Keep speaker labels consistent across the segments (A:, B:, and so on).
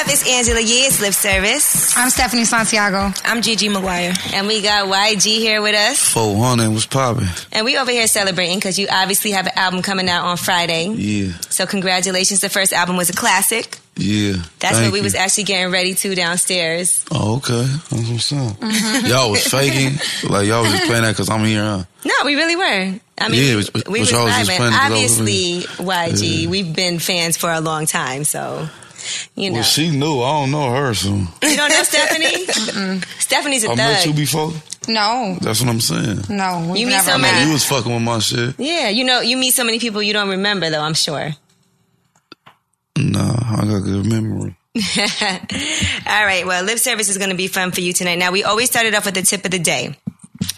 A: up? It's Angela Yee. It's Lip Service.
B: I'm Stephanie Santiago.
C: I'm Gigi McGuire.
A: And we got YG here with us.
D: 400 was popping.
A: And we over here celebrating because you obviously have an album coming out on Friday.
D: Yeah.
A: So congratulations. The first album was a classic.
D: Yeah.
A: That's
D: Thank
A: what we
D: you.
A: was actually getting ready to downstairs.
D: Oh, okay. That's what's up.
A: Mm-hmm.
D: Y'all was faking. Like, y'all was just playing that because I'm here. Huh?
A: No, we really were. I mean,
D: Yeah,
A: we-
D: but- but
A: we was
D: y'all was just
A: vibing.
D: playing it 'cause I was
A: Obviously, YG,
D: Yeah.
A: we've been fans for a long time, so you know.
D: Well, she knew. I don't know her, so.
A: you don't know Stephanie? Stephanie's a
D: I met you
A: thug.
D: before.
B: No,
D: That's what I'm saying.
B: no, we've
A: You mean
B: never
A: so
B: met.
A: many-
D: You was fucking with my shit.
A: yeah, you know, you meet so many people you don't remember, though. I'm sure.
D: Nah, I got good memory.
A: All right. Well, lip service is going to be fun for you tonight. Now, we always started off with the tip of the day.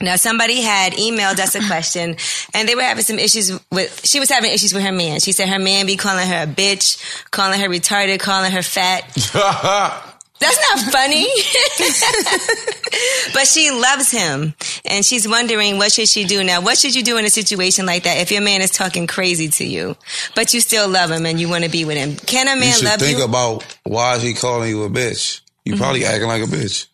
A: Now, somebody had emailed us a question, and they were having some issues with. She was having issues with her man. She said her man be calling her a bitch, calling her retarded, calling her fat. That's not funny. but she loves him, and she's wondering what should she do now. What should you do in a situation like that if your man is talking crazy to you, but you still love him and you want to be with him? Can a
D: you
A: man
D: should
A: love
D: think
A: you? Mm-hmm.
D: about why is he calling you a bitch. You probably acting like a bitch.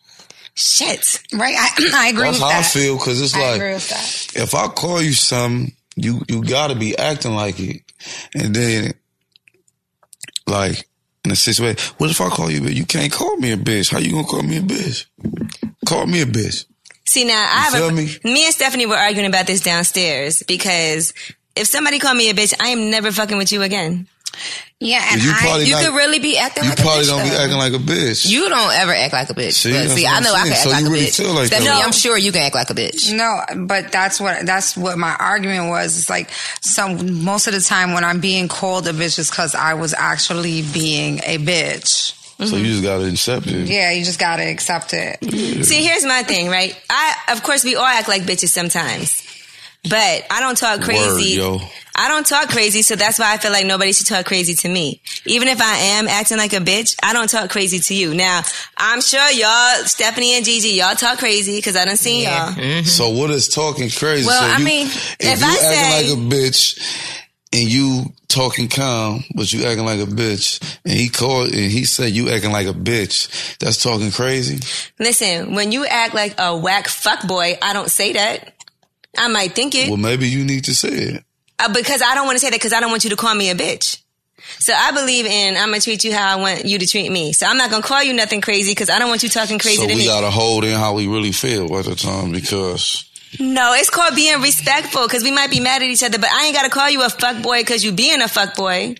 A: Shit.
B: Right, I, I agree
D: That's
B: with
D: how
B: that.
D: I feel because it's
B: I
D: like
B: agree with that.
D: if I call you something, you you gotta be acting like it, and then like in a situation, what if I call you a bitch? You can't call me a bitch. How you gonna call me a bitch? Call me a bitch.
A: See now, I have
D: feel
A: a,
D: me?
A: and Stephanie were arguing about this downstairs because if somebody called me a bitch, I am never fucking with you again.
B: Yeah, and
D: You
B: I,
D: probably
B: you
D: not-
B: could
C: Could really be acting
D: You
C: like a
D: probably
C: bitch,
D: don't be
C: though.
D: acting like a bitch.
C: You don't ever act like a bitch.
D: See,
C: But
D: that's
C: see,
D: what
C: I
D: I'm
C: know I can
D: saying.
C: act
D: So
C: like
D: you
C: a
D: really
C: bitch.
D: feel like that.
C: Stephanie,
D: No.
C: I'm sure you can act like a bitch.
B: No, but that's what that's what my argument was. It's like some most of the time when I'm being called a bitch is because I was actually being a bitch.
D: so you just gotta accept it.
B: Yeah, you just gotta accept it.
A: See, here's my thing, right? I of course we all act like bitches sometimes, but I don't talk crazy.
D: Word, yo.
A: I don't talk crazy, so that's why I feel like nobody should talk crazy to me. Even if I am acting like a bitch, I don't talk crazy to you. Now, I'm sure y'all, Stephanie and Gigi, y'all talk crazy because I done seen
C: Yeah.
A: y'all.
D: So what is talking
C: Mm-hmm.
D: crazy?
C: Well,
D: so
C: I
D: you-
C: mean,
D: if,
A: if
D: you
A: I
D: acting
A: say-
D: like a bitch and you talking calm, but you acting like a bitch, and he called and he said you acting like a bitch, that's talking crazy.
A: Listen, when you act like a whack fuck boy, I don't say that. I might think it.
D: Well, maybe you need to say it.
A: Uh, because I don't want to say that because I don't want you to call me a bitch. So I believe in I'm gonna treat you how I want you to treat me. So I'm not gonna call you nothing crazy because I don't want you talking crazy
D: so
A: to
D: we
A: me.
D: gotta hold in how we really feel at the time because
A: no, it's called being respectful because we might be mad at each other, but I ain't gotta call you a fuck boy because you being a fuck boy.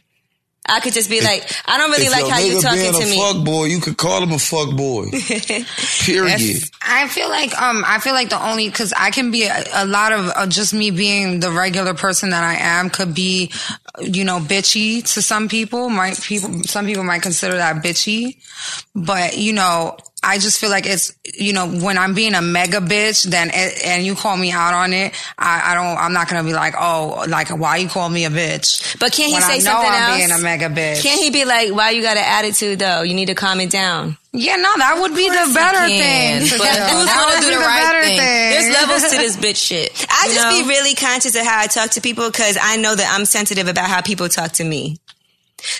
A: I could just be like, I don't really
D: if
A: like
D: your
A: how you
D: nigga
A: talking
D: being
A: to
D: a
A: me.
D: fuck boy, you could call him a fuck boy. Period.
B: I feel like um I feel like the only because I can be a, a lot of uh, just me being the regular person that I am could be you know bitchy to some people might people some people might consider that bitchy but you know I just feel like it's, you know, when I'm being a mega bitch, then, it, and you call me out on it, I, I don't, I'm not going to be like, oh, like, why you call me a bitch?
E: But can't he
B: When
E: say
B: I know
E: something
B: I'm
E: else?
B: being a mega bitch.
E: Can't he be like, "Why you got an attitude though? You need to calm it down."
B: yeah, no, that would be the
E: Yes,
B: better
E: you can,
B: thing.
E: But
B: That
E: I
B: would
E: want to
B: be
E: do the,
B: the
E: right
B: better
E: thing.
B: thing.
E: There's levels to this bitch shit.
A: I
E: You
A: just
E: know?
A: be really conscious of how I talk to people because I know that I'm sensitive about how people talk to me.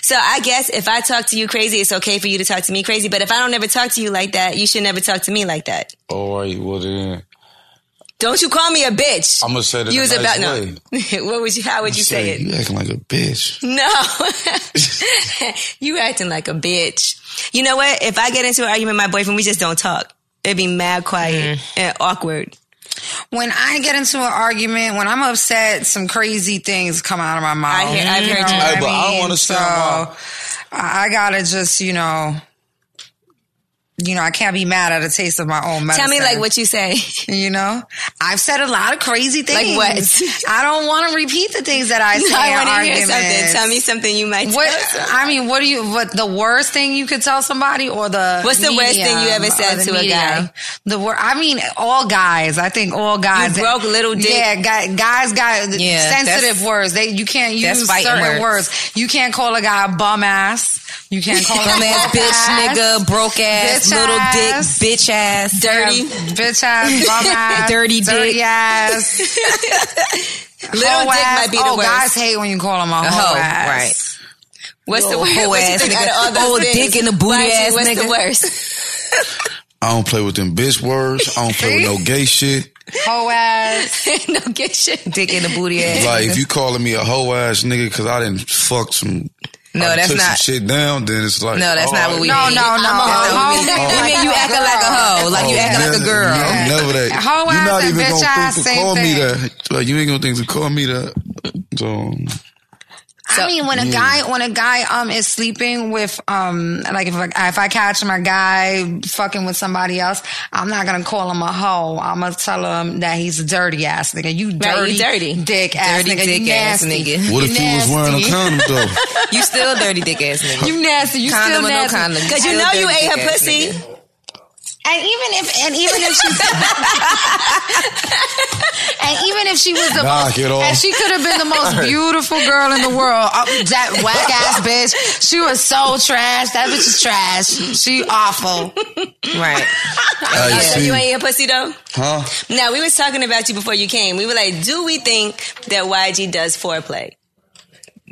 A: So I guess if I talk to you crazy, it's okay for you to talk to me crazy. But if I don't ever talk to you like that, you should never talk to me like that.
D: All right, well then,
A: Don't you call me a bitch.
D: I'm gonna say it in
A: You
D: a
A: was
D: nice
A: about
D: way.
A: no. what would you? How would you say it?
D: You acting like a bitch.
A: No, you acting like a bitch. You know what? If I get into an argument with my boyfriend, we just don't talk. It'd be mad
E: Mm.
A: quiet and awkward.
B: when I get into an argument, when I'm upset, some crazy things come out of my mouth.
A: I hear- I've heard you.
D: Hey, but I don't
B: mean?
D: understand why.
B: I I gotta just, you know, you know, I can't be mad at a taste of my own medicine.
A: Tell me, like, what you say.
B: you know. I've said a lot of crazy things.
A: what?
B: I don't want to repeat the things that I say.
A: I
B: in
A: want to hear
B: arguments.
A: something. Tell me something you might.
B: What
A: tell
B: I mean, what do you? What the worst thing you could tell somebody, or the
A: What's the worst thing you
B: medium,
A: ever said
B: or the
A: to a
B: medium?
A: guy?
B: The wor- I mean, all guys. I think all guys
A: You broke little dick.
B: Yeah, guy, guys got
E: Yeah,
B: sensitive
E: that's-
B: words. They you can't
E: that's
B: use
E: fighting
B: certain words.
E: words.
B: You can't call a guy a bum ass. You can't call him
E: Bum ass bitch, nigga, broke ass,
B: Bitch
E: little
B: ass.
E: dick, bitch ass,
B: dirty bitch ass, bum ass,
E: Dirty dick.
B: ass.
A: Little
B: hoe
A: dick
B: ass.
A: might be the
B: oh,
A: worst.
B: guys hate when you call them a hoe,
E: hoe,
B: ass.
E: right.
A: What's the
E: Oh,
A: worst?
E: whole
A: What you
E: ass
A: think
E: nigga.
A: out of all those
E: Oh,
A: things?
E: dick in the booty
A: YG,
E: ass
A: What's the
E: nigga.
A: worst?
D: I don't play with them bitch words. I don't play with no gay shit.
B: Hoe ass.
A: no get shit.
E: dick in the booty ass.
D: Like if you calling me a hoe ass nigga because I didn't fuck some,
E: No,
D: I
E: that's
D: took
E: not-
D: some shit down, then it's like
E: No, that's not what we
D: alright.
B: Oh, No, no,
E: mean.
B: no.
E: I'm a hoe.
B: Hoe
E: You
B: ass.
E: mean you acting like a hoe? Like you
D: Oh,
E: acting like a
D: never-
E: girl?
D: no, Never that.
B: Hoe
D: You're
B: ass
D: not
B: and
D: even
B: bitch
D: gonna
B: ass,
D: think to
B: same
D: call me
B: thing.
D: that. Like you ain't gonna think to call me that. So
B: I mean, when a guy when a guy um is sleeping with um like if I, if I catch my guy fucking with somebody else, I'm not gonna call him a hoe. I'm gonna tell him that he's a dirty ass nigga. You dirty,
A: Right, you dirty.
B: dick ass
E: Dirty
B: nigga. you
E: dick ass
B: nasty.
E: nigga.
D: what if you was wearing a
B: Nasty.
D: condom though?
E: You still a dirty dick ass nigga.
B: You nasty. You
E: Condom
B: still
E: or no
B: nasty.
E: condom?
A: Because you
E: Still
A: know you
E: dirty
A: ate
E: dick
A: her
E: ass
A: pussy.
E: nigga.
B: And even if and even if she and even if she was the
D: Knock it off.
B: and she could have been the most beautiful girl in the world. Uh, That whack ass bitch. She was so trash. That bitch is trash. She awful.
E: Right.
D: Hey,
A: So
D: see,
A: you ain't a pussy though.
D: huh?
A: Now we was talking about you before you came. We were like, do we think that YG does foreplay?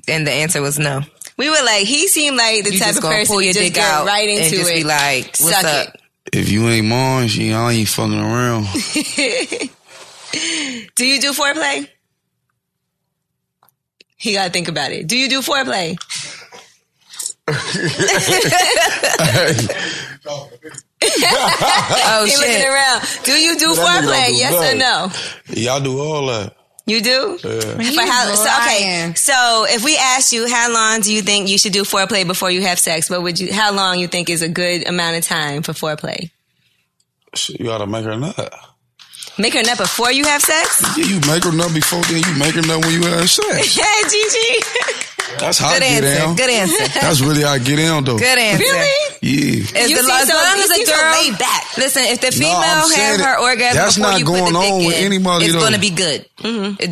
E: And the answer was no.
A: We were like, he seemed like the
E: You
A: type
E: just
A: of
E: gonna
A: person
E: pull
A: you
E: your
A: just
E: dick
A: get
E: out
A: right into
E: and just
A: it.
E: be like, "What's
A: Suck
E: up?"
A: it.
D: If you ain't mine, she I ain't fucking around.
A: Do you do foreplay? He gotta think about it. Do you do foreplay?
E: Oh
A: he looking
E: shit.
A: around. Do you do
D: That nigga
A: foreplay?
D: don't do
A: yes or
D: nothing.
A: no?
D: Y'all do all that.
A: You do? For how, so, okay.
B: lying.
A: So if we asked you how long do you think you should do foreplay before you have sex, what would you how long you think is a good amount of time for foreplay?
D: Shit, you oughta make her nut.
A: Make her nut before you have sex?
D: Yeah, you make her nut before then. You make her nut when you have sex.
A: Yeah, Gigi.
D: That's how I
E: Good
D: get
E: answer.
D: down.
E: Good answer.
D: That's really how I get down though.
E: Good answer.
A: Really?
D: Yeah.
E: As,
A: You
E: the,
A: seem
E: as
A: so-
E: long
A: you
E: as
A: seem
E: the
A: so
E: girl
A: laid back.
E: Listen, if the
D: No,
E: female
D: I'm
E: has
D: saying
E: her
D: it-
E: orgasm
D: that's
E: before
D: not
E: you put
D: going
E: the dick
D: on with
E: in,
D: anybody,
E: it's
D: though.
E: gonna be good.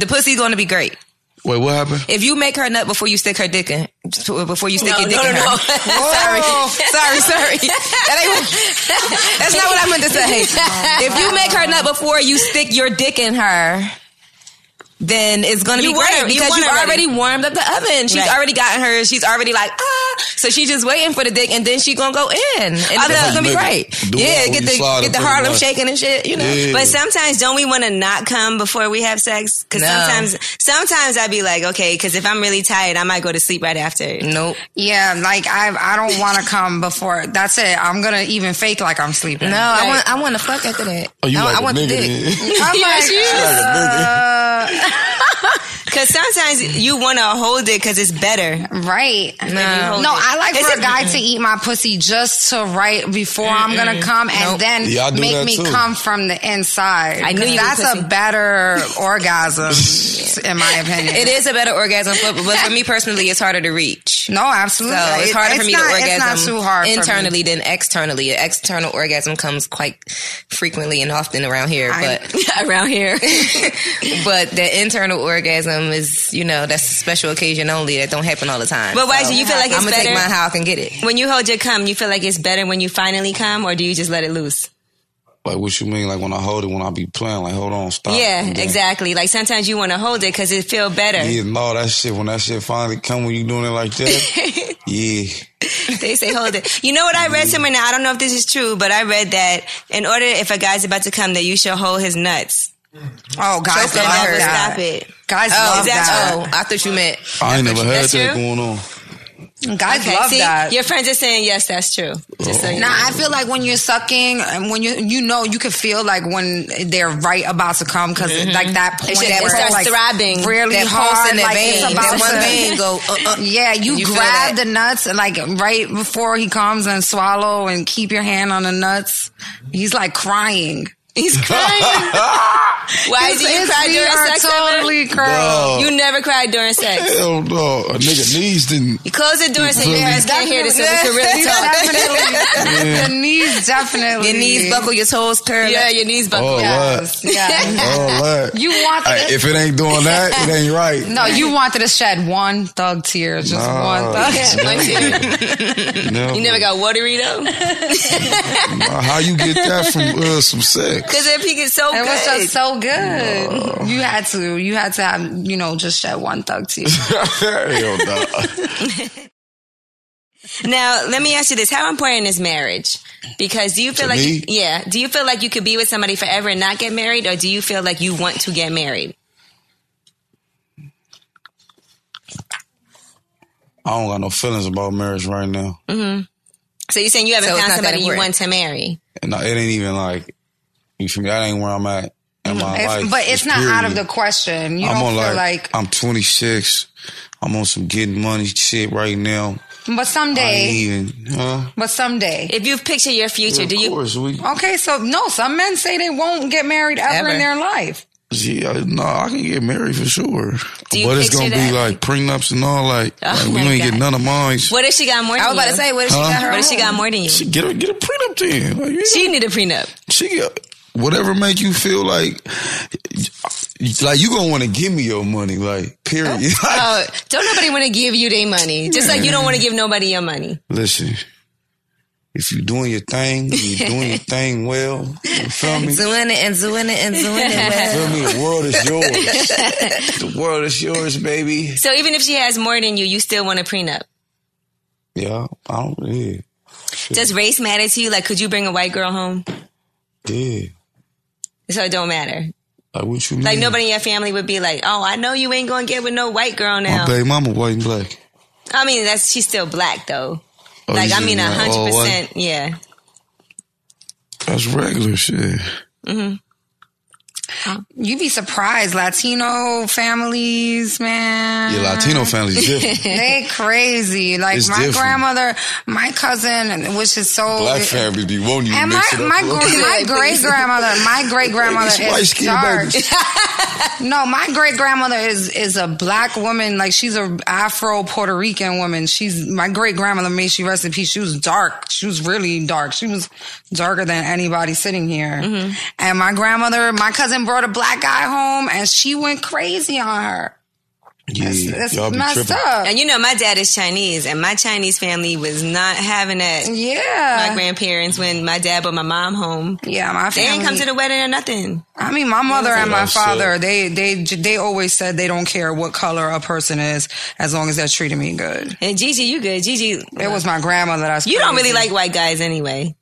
E: The pussy's gonna be great.
D: Wait, what happened?
E: If you make her nut before you stick her dick in, before you stick
A: No,
E: your dick
A: no,
E: in
A: no,
E: her.
A: no.
E: sorry, sorry, sorry. That ain't what, that's not what I meant to say. If you make her nut before you stick your dick in her, then it's gonna
A: You
E: be
A: won
E: great
A: her- you
E: because
A: won
E: you've
A: already.
E: already. warmed up the oven. She's
A: Right.
E: already gotten hers. She's already like ah, so she's just waiting for the dick, and then she gonna go in, and it's
D: how
E: gonna
D: you
E: be
D: make
E: great.
D: it. Do
E: Yeah,
D: it when
E: get
D: you
E: the
D: slide
E: get
D: up
E: the
D: in
E: Harlem
D: there.
E: shaking and shit. You know,
D: Yeah.
A: But sometimes don't we want to not come before we have sex? Because
E: No.
A: sometimes, sometimes I'd be like, okay, because if I'm really tired, I might go to sleep right after.
E: nope.
B: Yeah, like I I don't want to come before. That's it. I'm gonna even fake like I'm sleeping.
E: No, I want I want to fuck after that.
D: Oh, you
E: I,
D: like
E: I
D: a
E: want
D: nigga
E: the dick.
D: then.
B: I'm
E: Oh
B: like,
A: Because sometimes you want to hold it because it's better.
B: Right. No,
A: hold it.
B: I like
A: It's
B: for
A: a-
B: a guy to eat my pussy just to right before I'm gonna come and then
D: Yeah, I do
B: make
D: that
B: me
D: too.
B: come from the inside.
A: I knew
B: 'Cause
A: you were
B: that's
A: pussy.
B: a better orgasm, in my opinion.
E: It is a better orgasm, but, but for me personally, it's harder to reach.
F: much.
B: No, absolutely.
E: So it's
B: It-
E: harder for me
B: not-
E: to orgasm
B: It's not too hard for me.
E: internally than externally. An external orgasm comes quite frequently and often around here, but
A: around here.
E: but the internal orgasm is you know that's a special occasion only that don't happen all the time.
A: But why do you feel like it's
E: I'm gonna take
A: better-
E: mine how I can get it.
A: when you hold your cum, you feel like it's better when you finally come, or do you just let it loose?
D: Like what you mean? Like when I hold it, when I be playing, like hold on,
E: Oh,
D: stop.
A: yeah,
D: And then-
A: exactly. Like sometimes you want to hold it because it feel better.
D: Yeah, no, that shit. When that shit finally come, when you doing it like that, yeah,
A: They say hold it. You know what I read somewhere now? I don't know if this is true, but I read that in order if a guy's about to come, that you should hold his nuts.
B: Oh, guys
A: Don't
B: love
A: ever
B: that.
A: stop it.
B: Guys
E: Oh,
B: love
A: that
B: that.
E: oh, I thought you meant
D: I ain't never had
A: that's
D: that
A: true?
D: going on.
B: Guys love
A: See,
B: that.
A: your friends are saying yes, that's true. Just so you
B: Nah,
A: know.
B: I feel like when you're sucking, and when you you know you can feel like when they're right about to come because like that point
A: should-
B: that
A: it
B: where
A: starts
B: like
A: throbbing.
B: really
E: that
B: hard,
E: pulse in that
B: like, it's
E: vein.
B: about
E: That one
B: to-
E: vein go. Uh, uh,
B: Yeah, you,
E: You feel
B: grab
E: that.
B: the nuts like right before he comes and swallow, and keep your hand on the nuts. He's like crying.
A: He's crying. Why is he
B: His
A: cry
B: feet
A: during
B: are
A: sex? ever?
B: totally curled.
D: Bro,
A: You never cried during sex.
D: hell no, a nigga knees didn't.
A: You close the door so your
D: Really?
A: parents can't hear this, so we can really talk.
B: Definitely. The knees definitely.
E: your knees buckle, your toes curl.
A: Yeah, your knees buckle.
D: Oh,
B: Yes. Yeah.
D: Oh, look.
B: You want
D: Hey,
B: the-
D: if it ain't doing that, it ain't right.
B: No, you wanted to shed one thug tear, just
D: Nah.
B: one thug.
A: One, two.
D: Never.
A: You never got watery though?
D: How you get that from uh, some sex?
A: Because if he gets so
B: It
A: good.
B: was just so good. You had to, you had to have, you know, just shed one thug tear.
D: hell no.
A: Now, let me ask you this: How important is marriage? Because do you feel
D: To
A: like,
D: me?
A: yeah, do you feel like you could be with somebody forever and not get married, or do you feel like you want to get married?
D: I don't got no feelings about marriage right now,
A: So you're saying you haven't
E: So it's
A: found
E: not that
A: somebody you want
E: important.
A: to marry?
D: and I, it ain't even like you feel me. That ain't where I'm at in my
B: It's-
D: life.
B: Mm, but it's not out of
D: period.
B: the question. You
D: I'm
B: don't
D: on
B: feel
D: like,
B: like,
D: I'm 26. I'm on some getting money shit right now.
B: but
D: I ain't
B: someday,
D: even, huh?
B: but someday.
A: If you picture your future,
D: of
A: do you?
D: course, we.
B: okay, so no, some men say they won't get married ever, in
E: Ever.
B: their life.
D: Yeah, no, I can get married for sure. But
A: you
D: it's
A: picture
D: gonna
A: that?
D: be like prenups and all. Like,
A: Oh
D: like, we
A: my
D: ain't
A: God.
D: get none of mine.
A: What if she got more? Than
E: I was about
A: you?
E: to say, what if she
D: Huh?
E: got her?
A: What if she
E: own?
A: got more than you?
D: She
A: She,
D: get a get a prenup then. Like, you know,
A: need a prenup.
D: she get whatever make you feel like. Like you gonna want to give me your money, like period.
A: Oh, don't nobody want to give you their money, just like you don't want to give nobody your money.
D: Listen, if you doing your thing, you doing your thing well. You feel me?
E: Doing it and doing it and doing it.
D: Feel
E: well.
D: me? The world is yours. the world is yours, baby.
A: So even if she has more than you, you still want a prenup.
D: Yeah, I don't. Yeah,
A: Does race matter to you? Like, could you bring a white girl home?
D: yeah.
A: So it don't matter.
D: Like what you mean?
A: Like nobody in your family would be like, "Oh, I know you ain't gonna get with no white girl
D: My
A: now."
D: baby mama white and black.
A: I mean, that's she's still black though.
D: Oh,
A: like
D: you
A: I mean, a
D: just like, oh,
A: hundred
D: what?
A: percent. Yeah.
D: That's regular shit.
B: You'd be surprised, Latino families, man.
D: Your
A: Uh-huh.
D: Latino family's different.
B: They crazy. Like
D: It's
B: my
D: different.
B: grandmother, my cousin, which is so
D: Black family be wanting you to
B: And my
D: mix it up.
B: my,
D: a
B: gr-
D: little bit.
B: my great grandmother, my great grandmother
D: It's white
B: is
D: skin,
B: dark.
D: baby.
B: No, my great grandmother is is a black woman. Like she's a Afro Puerto Rican woman. She's my great grandmother. May she rest in peace. She was dark. She was really dark. She was darker than anybody sitting here.
D: Mm-hmm.
B: And my grandmother, my cousin brought a black guy home, and she went crazy on her.
D: Yeah,
B: That's
D: y'all be
B: messed
D: tripping.
B: up.
A: And you know, my dad is Chinese, and my Chinese family was not having that.
B: yeah,
A: My grandparents, when my dad brought my mom home,
B: yeah. My
A: they
B: family.
A: didn't come to the wedding or nothing.
B: I mean, my mother and my
D: Like,
B: father,
D: shit.
B: they they they always said they don't care what color a person is as long as they're treating me good.
A: And Gigi, you good? Gigi,
B: It was my grandmother that's
A: you don't really
B: crazy.
A: like white guys anyway.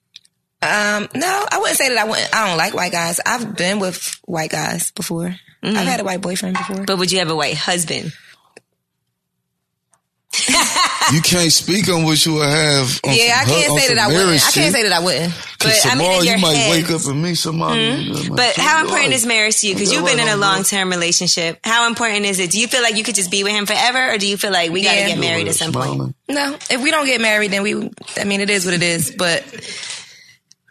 E: Um, no, I wouldn't say that I wouldn't. I don't like white guys. I've been with white guys before. I've had a white boyfriend before.
A: But would you have a white husband?
D: You can't speak on what you would have. On
E: yeah, I
D: some hu-
E: can't
D: on
E: say
D: some
E: that I wouldn't.
D: marriage
E: I can't
D: shit.
E: say that I wouldn't.
A: But I mean,
D: tomorrow
A: in your
D: you might
A: head. Mm-hmm.
D: wake up and meet somebody.
A: But how important is marriage to you? Because
D: Yeah,
A: you've been
D: right
A: in a
D: on, bro.
A: long term relationship. How important is it? Do you feel like you could just be with him forever, or do you feel like we
E: Yeah.
A: got to get married at some point?
E: No, if we don't get married, then we. I mean, it is what it is. But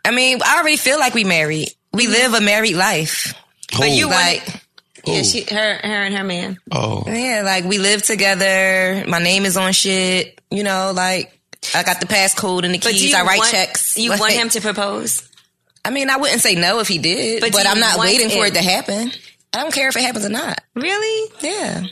E: I mean, I already feel like we married. We live a married life.
D: But
A: you want-
E: Like,
A: Yeah, she, her, her, and her man.
D: oh,
E: yeah, like we live together. My name is on shit.
G: You know, like I got the passcode and the
E: But do
G: keys.
E: you
G: I write
E: want-
G: checks.
E: You
G: Like,
E: want him to propose?
G: I mean, I wouldn't say no if he did,
E: But
G: but,
E: do you
G: I'm not
E: want
G: waiting for
E: it?
G: it to happen. I don't care if it happens or not.
E: Really?
G: Yeah,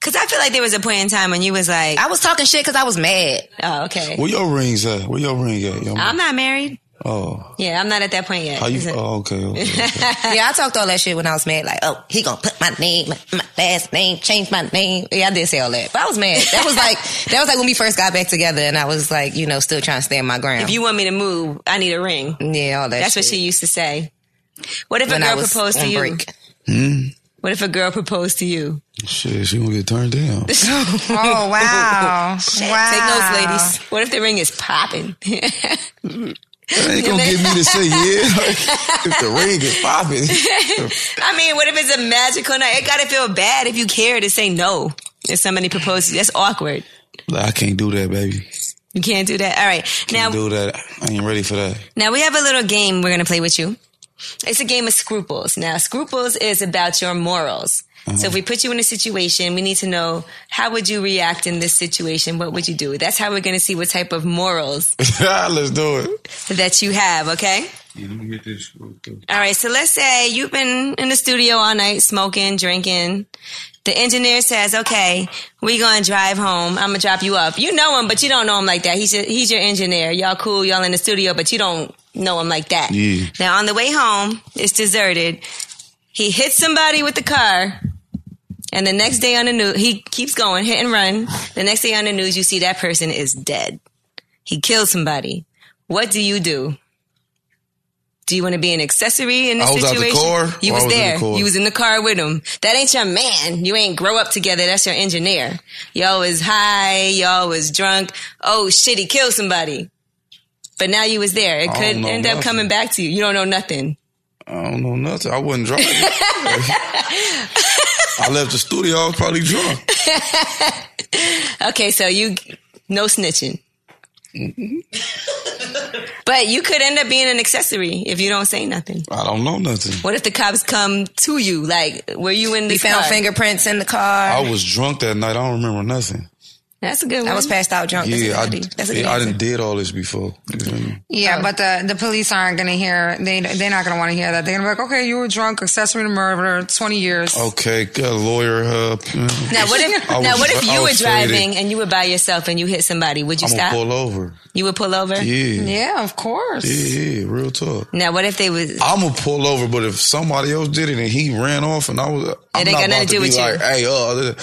E: Because I feel like there was a point in time when you was like,
G: I was talking shit because I was mad.
E: oh, okay.
D: Where your rings at? Where your ring at? Your-
E: I'm not married.
D: oh,
E: Yeah, I'm not at that point yet.
D: how you?
E: Is it-
D: Oh, okay. okay, okay.
G: yeah, I talked all that shit when I was mad. Like, oh, he gonna put my name, my last name, change my name. Yeah, I did say all that, but I was mad. That was like that was like when we first got back together, and I was like, you know, still trying to stand my ground.
E: If you want me to move, I need a ring.
G: yeah, all that.
E: That's
G: shit.
E: what she used to say. What if
G: When
E: a
G: I
E: girl
G: was
E: proposed to
G: on
E: you?
G: break.
E: What if a girl proposed to you?
D: Shit, she gonna get turned down.
B: Oh wow! wow.
E: Take notes, ladies. What if the ring is popping?
D: That ain't gonna get me to say yeah. Like, if the ring is popping,
E: I mean, what if it's a magical night? It gotta feel bad if you care to say no. If somebody proposes, that's awkward.
D: Like, I can't do that, baby.
E: You can't do that. All right.
D: Can't
E: now,
D: do that. I ain't ready for that.
E: now we have a little game we're gonna play with you. It's a game of scruples. Now, scruples is about your morals.
D: Uh-huh.
E: So if we put you in a situation, we need to know how would you react in this situation? What would you do? That's how we're gonna see what type of morals
D: Let's do it.
E: that you have. Okay.
D: Yeah, let me get this real quick.
E: All right, so let's say you've been in the studio all night smoking, drinking. The engineer says, "Okay, we gonna drive home. I'm gonna drop you up. You know him, but you don't know him like that. He's your, he's your engineer. Y'all cool. Y'all in the studio, but you don't know him like that.
D: Yeah.
E: Now on the way home, it's deserted. He hits somebody with the car, and the next day on the news, he keeps going hit and run. The next day on the news, you see that person is dead. He killed somebody. What do you do?" Do you want to be an accessory in this
D: I was out the
E: situation?
D: car,
E: You
D: or I was
E: was,
D: in the
E: there.
D: car?
E: You was in the car with him. That ain't your man. You ain't grow up together. That's your engineer. Y'all was high. Y'all was drunk. Oh shit, he killed somebody. But now you was there. It
D: I
E: could
D: don't know
E: end up
D: nothing.
E: coming back to you. You don't know nothing.
D: I don't know nothing. I wasn't drunk. I left the studio. I was probably drunk.
E: Okay, so you no snitching.
D: Mm-hmm.
E: but you could end up being an accessory if you don't say nothing.
D: I don't know nothing.
E: What if the cops come to you? Like, were you in the
G: We found
E: car?
G: fingerprints in the car.
D: I was drunk that night. I don't remember nothing.
E: That's a good one.
G: I was passed out drunk. That's a
D: Yeah,
G: good
D: I,
G: idea. That's a good
D: yeah, I
G: answer.
D: done did all this before. You feel me?
B: Yeah, but the, the police aren't going to hear. They they're not going to want to hear that. They're going to be like, okay, you were drunk, accessory to murder, twenty years.
D: Okay, got a lawyer. Uh,
E: Now what if
D: I
E: now
D: was-
E: what if
D: I
E: you were
D: was
E: driving
D: faded.
E: and you were by yourself and you hit somebody? Would you
D: I'm gonna
E: stop?
D: pull over.
E: You would pull over.
D: Yeah,
B: Yeah, of course.
D: yeah, yeah. Real talk.
E: Now what if they was?
D: I'm gonna pull over, but if somebody else did it and he ran off and I was, I'm
E: ain't
D: not
E: got nothing
D: about
E: to
D: to
E: do
D: be
E: with you.
D: like, hey, uh,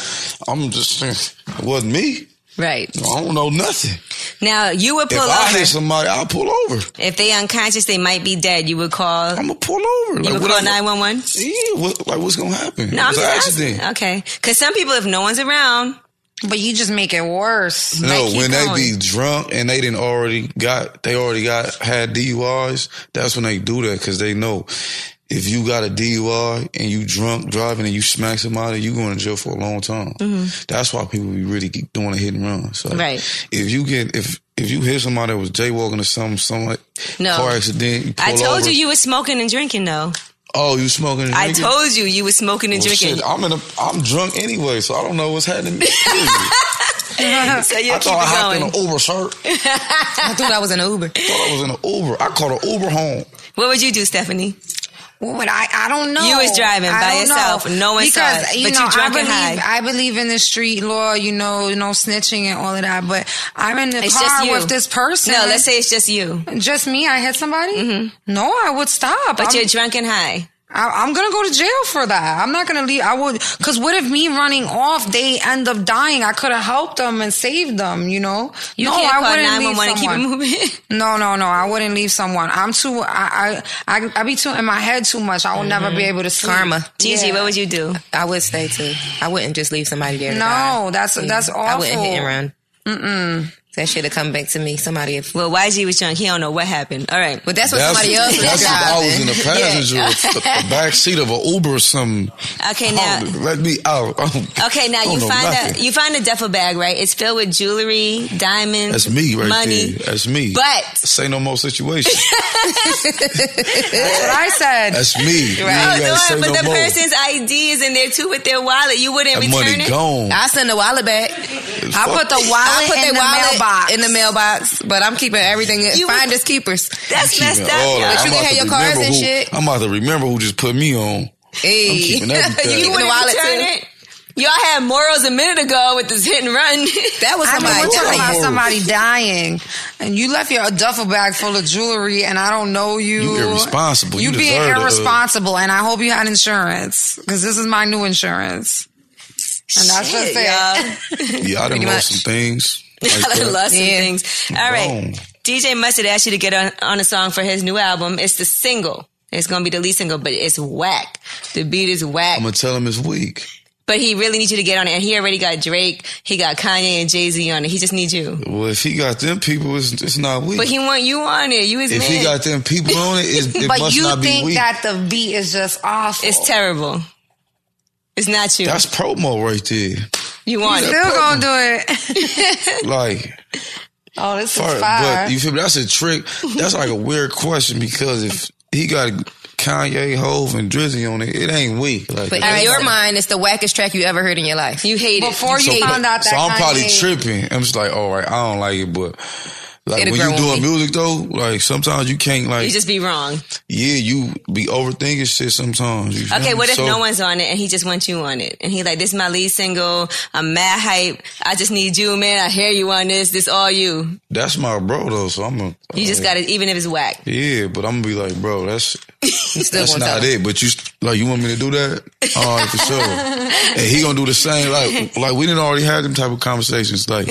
D: I'm just, it wasn't me.
E: Right.
D: I don't know nothing.
E: Now you would pull
D: if I
E: over.
D: hit somebody, I'll pull over.
E: if they unconscious, they might be dead. You would call.
D: I'm gonna pull over.
E: You would call
D: whatever-
E: nine one one.
D: Yeah, what, like what's gonna happen?
E: No, I'm
D: it's
E: just
D: an
E: asking.
D: accident.
E: Okay, because some people, if no one's around,
B: But you just make it worse.
D: No,
E: Like, keep
D: when
E: going.
D: they be drunk and they didn't already got, they already got had DUIs. That's when they do that because they know if you got a DUI and you drunk driving and you smack somebody, you going to jail for a long time. That's why people be really keep doing a hit and run. So
E: Mm-hmm. Right.
D: if you get if if you hit somebody that was jaywalking or some some like
E: No.
D: car accident, you pull
E: I told
D: over,
E: you you was smoking and drinking though.
D: Oh, you smoking? And
E: I
D: drinking?
E: told you you was smoking and
D: Well,
E: drinking.
D: shit, I'm in a. I'm drunk anyway, so I don't know what's happening. Period.
E: so you
D: I
E: keep
D: thought I hopped
E: it going.
D: in an Uber, sir.
G: I thought I was in an Uber.
D: thought I was in an Uber. I called an Uber home.
E: What would you do, Stephanie?
B: What would I? I don't know.
E: You was driving
B: I
E: by
B: don't
E: yourself. No one saw
B: because,
E: it,
B: You
E: but you
B: know, I
E: drunk and
B: believe
E: high.
B: I believe in the street law. You know, you know, snitching and all of that. But I'm in the
E: It's
B: car
E: just you
B: with this person.
E: No, let's say it's just you,
B: just me. I hit somebody. No, I would stop.
E: but
B: I'm,
E: you're drunk and high.
B: I, I'm gonna go to jail for that. I'm not gonna leave. I would, cause what if me running off, they end up dying? I could have helped them and saved them. You know?
E: You can't call nine one one and keep it moving.
B: No, no, no. I wouldn't leave someone. I'm too. I, I, I, I be too in my head too much. I will never be able to sleep.
G: Mm-hmm. Karma.
E: Gigi,
B: Yeah.
E: what would you do?
G: I would stay too. I wouldn't just leave somebody there. to
B: No,
G: die.
B: that's- that's
G: I wouldn't hit and
B: awful.
G: run. That should have come back to me. Somebody. If,
E: Well, YG was drunk. He don't know what happened. All right.
G: but that's what somebody else
D: that's
G: did.
D: if I was in the passenger, the the back seat of an Uber or something.
E: Okay, now-
D: Oh, let me out.
E: Okay, now
D: I don't
E: you
D: know
E: find
D: nothing.
E: a you find a duffel bag, right? It's filled with jewelry, diamonds.
D: That's me right
E: money.
D: there. That's me.
E: But
D: Say no more situation.
B: That's what I said.
D: That's me. You
E: oh,
D: ain't gotta say
E: no, but
D: no
E: the
D: more.
E: person's ID is in there too with their wallet. You wouldn't
D: that
E: return
D: money
E: it.
D: gone.
G: I send the wallet back.
B: I put the
G: I
B: wallet
G: put
B: in
G: the
B: the
G: wallet
B: mailbox.
G: in the mailbox, but I'm keeping everything.
E: You-
G: in finders keepers.
E: That's
D: Keeping
E: messed up.
D: all that.
E: yo.
G: But
D: I'm
G: you can
D: about
G: have
D: to
G: your cards
D: remember
G: and
D: who-
G: shit.
D: I'm about to remember who just put me on.
G: Hey,
D: I'm keeping everything.
G: you
D: You
G: keeping the
E: wouldn't
G: wallet
E: return
G: too.
E: it. Y'all had morals a minute ago with this hit and run.
G: That was
B: I mean,
G: somebody.
B: we're talking about
G: dying.
B: somebody dying, and you left your duffel bag full of jewelry, and I don't know you.
D: You irresponsible.
B: You,
D: You
B: being
D: deserve to, uh,
B: irresponsible, and I hope you had insurance because this is my new insurance. And that's
E: Shit,
B: just it.
E: y'all.
D: Yeah, I done
G: Pretty
D: lost
G: much.
D: some things.
E: I
D: Like,
E: done
D: uh,
E: lost some
G: Yeah.
E: things. All right.
D: Wrong.
E: DJ Mustard asked you to get on, on a song for his new album. It's the single. It's gonna be the lead single, but it's whack. The beat is whack.
D: I'm gonna tell him it's weak.
E: but he really needs you to get on it. And he already got Drake, he got Kanye and Jay Z on it. He just needs you.
D: Well, if he got them people, it's, it's not weak.
E: But he want you on it. You his
D: if
E: man.
D: he got them people on it, it's, it
B: But
D: must
B: you
D: not be
B: think
D: weak.
B: that the beat is just awful.
E: it's terrible. It's not you.
D: That's promo right there.
E: you want it.
B: Still gonna do it.
D: Like,
B: Oh, this
D: far-
B: is
D: but
B: fire.
D: you feel me? That's a trick. That's like a weird question because if he got Kanye, Hove, and Drizzy on it, it ain't weak. Like,
G: But
D: that's
G: in your
D: not-
G: mind, it's the wackest track you ever heard in your life.
E: You hate it.
B: Before you
D: so,
B: found out that
D: so I'm probably
B: Kanye-
D: tripping. I'm just like, all right, I don't like it, but like
G: It'll
D: when
G: grow
D: you
G: on
D: doing
G: me.
D: music though, like sometimes you can't like,
E: You just be wrong.
D: yeah, you be overthinking shit sometimes. you feel
E: Okay,
D: me?
E: what if
D: So-
E: no one's on it and he just wants you on it? And he like, this is my lead single. I'm mad hype. I just need you, man. I hear you on this. This all you.
D: That's my bro though, so I'm a. uh,
E: You just got it, even if it's whack.
D: Yeah, but I'm gonna be like, bro, that's
G: still
D: that's
G: gonna tell
D: not it. But you st- like, you want me to do that? All right, for sure. and he gonna do the same. Like, like we didn't already have them type of conversations. Like,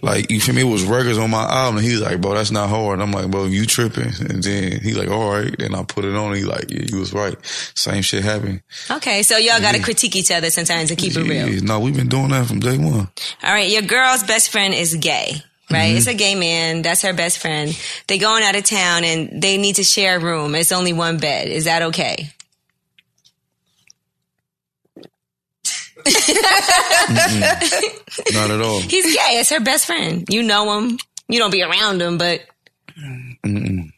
D: like you feel me? It was records on my album. And he's like, bro, that's not hard. And I'm like, bro, you tripping? And then he like, all right. Then I put it on. He like, yeah, you was right. Same shit happened.
E: Okay, so y'all
G: Mm.
E: gotta critique each other sometimes and keep it
D: Yeah,
E: real.
D: no, we've been doing that from day one.
E: All right, your girl's best friend is gay, right? It's
G: Mm-hmm.
E: a gay man. That's her best friend. They going out of town and they need to share a room. It's only one bed. Is that okay?
D: Not at all.
E: He's gay. It's her best friend. You know him. You don't be around him, but
B: No,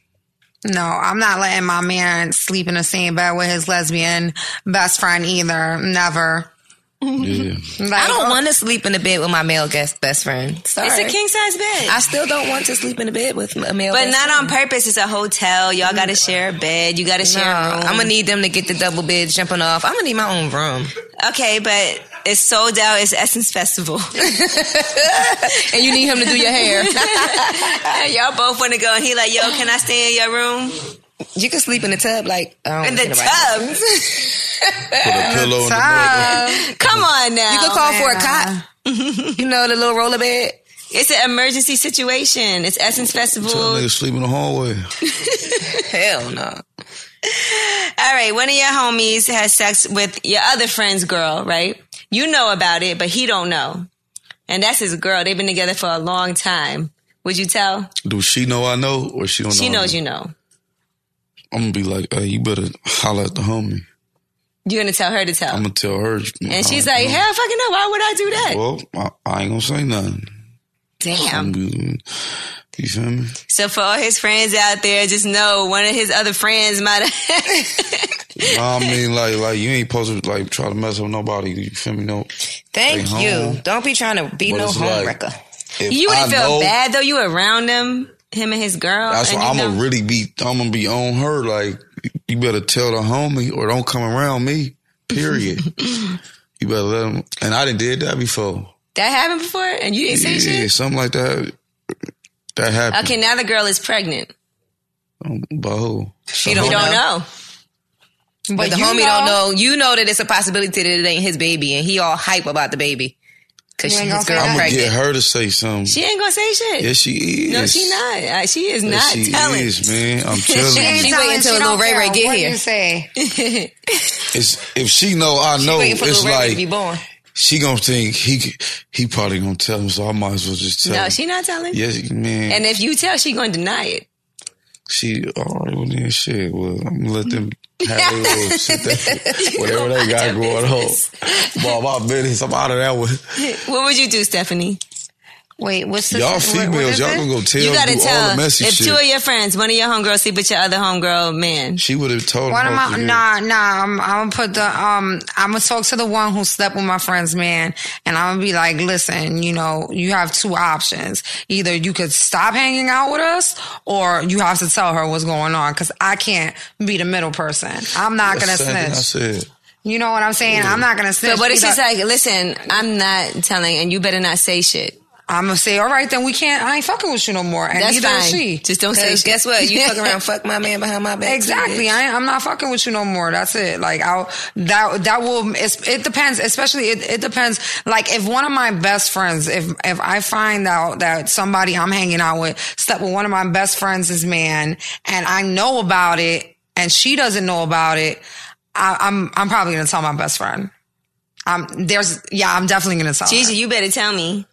B: I'm not letting my man sleep in the same bed with his lesbian best friend either. Never.
D: Yeah.
B: Like, oh,
G: I don't want to sleep in the bed with my male guest best friend. Sorry.
E: it's a king size bed.
G: I still don't want to sleep in the bed with a male.
E: but
G: best
E: not
G: friend.
E: on purpose. It's a hotel. Y'all got to share a bed. You got to share a room.
G: I'm gonna need them to get the double bed jumping off. I'm gonna need my own room.
E: okay, but it's sold out. It's Essence Festival.
G: And you need him to do your hair.
E: y'all both want to go, and he like, yo, can I stay in your room?
G: you can sleep in the tub, like I don't
E: In the
G: care about that.
E: tub.
D: Put a pillow in the middle.
E: Come on now.
G: You could call for a cop.
B: Oh,
G: you know the little roller bed.
E: It's an emergency situation. It's Essence Festival.
D: Tell niggas sleep in the hallway.
G: Hell no.
E: All right, one of your homies has sex with your other friend's girl, right? You know about it, but he don't know. And that's his girl. They've been together for a long time. Would you tell?
D: Do she know I know, or she don't?
E: She
D: know I
E: knows
D: know?
E: you know.
D: I'm gonna be like, hey, you better holler at the homie.
E: You're gonna tell her to tell.
D: I'm gonna tell her.
E: and she's like, hell fucking no, why would I do that?
D: well, I, I ain't gonna say nothing. I'm
E: Damn.
D: good. You feel me?
E: So for all his friends out there, just know one of his other friends might have
D: Nah, I mean, like, like you ain't supposed to like try to mess up nobody. You feel me? No.
G: Thank
D: Stay
G: you.
D: home.
G: Don't be trying to be
D: But
G: no
D: it's
G: home
D: like-
G: wrecker.
D: If
E: You wouldn't
D: I
E: feel
D: know,
E: bad though, you around him, him and his girl.
D: That's
E: and
D: why
E: you
D: I'm gonna
E: know-
D: really be. I'm gonna be on her. Like, you better tell the homie, or don't come around me. Period. you better let him. And I didn't did that before.
E: that happened before and you didn't say
D: Yeah,
E: shit?
D: something like that. That happened.
E: Okay, now the girl is pregnant.
D: Um, But who?
G: She don't,
E: You don't
G: know.
E: know.
G: But, the
B: you
G: homie
B: know-
G: don't know. You know that it's a possibility that it ain't his baby, and he all hype about the baby because
B: You
G: she
B: ain't
G: his
B: gonna say
G: girl
B: that.
D: I'm gonna get
G: pregnant.
D: her to say something.
E: She ain't gonna say shit.
D: yes, she is.
E: No, she not. Uh, She is not
D: she
E: telling.
D: is, man. I'm telling
B: ain't
D: you.
G: waiting
B: telling,
G: till
B: she
G: Lil
B: don't
G: Ray Ray
B: care
G: get
B: what
G: here.
B: You say.
D: It's, if she know, I know.
G: Waiting for
D: Oh, It's
G: little Ray Ray to be
D: like
G: born.
D: she gonna think he he probably gonna tell him, so I might as well just tell.
E: No,
D: him.
E: she not telling.
D: Yes, man.
E: And if you tell, she gonna deny it.
D: she all right. Well then, shit. Well, I'm gonna let them have their little shit. That, whatever they got going on. Well, my business. I'm out of that one.
E: What would you do, Stephanie?
B: Wait, what's the
D: Y'all
B: what- what
D: females,
B: is
D: y'all
B: it?
D: gonna go tell
E: you gotta
D: do all
E: tell
D: the
E: if
D: messy shit.
E: two of your friends, one of your homegirls sleep with your other homegirl man.
D: she would have told
B: One
D: him.
B: of
D: off
B: my
D: again.
B: nah nah. I'm, I'm gonna put the um. I'm gonna talk to the one who slept with my friend's man, and I'm gonna be like, listen, you know, you have two options. Either you could stop hanging out with us, or you have to tell her what's going on because I can't be the middle person. I'm not
D: That's the same thing
B: gonna
D: I
B: snitch.
D: said.
B: You know what I'm saying? I'm not gonna snitch.
E: So what if
B: either.
E: she's like, listen, I'm not telling, and you better not say shit.
B: I'm gonna say, all right, then we can't. I ain't fucking with you no more. And
E: That's
B: neither
E: fine.
B: is she.
E: Just don't say
G: Cause
E: shit.
G: guess what? You fuck around, fuck my man behind my back.
B: Exactly. I, ain't- I'm not fucking with you no more. That's it. Like I that that will. It's, it depends. Especially it, it depends. Like if one of my best friends, if if I find out that somebody I'm hanging out with slept with one of my best friends is man, and I know about it, and she doesn't know about it, I, I'm I'm probably gonna tell my best friend. Um, there's yeah, I'm definitely gonna tell. her.
E: Gigi, you better tell me.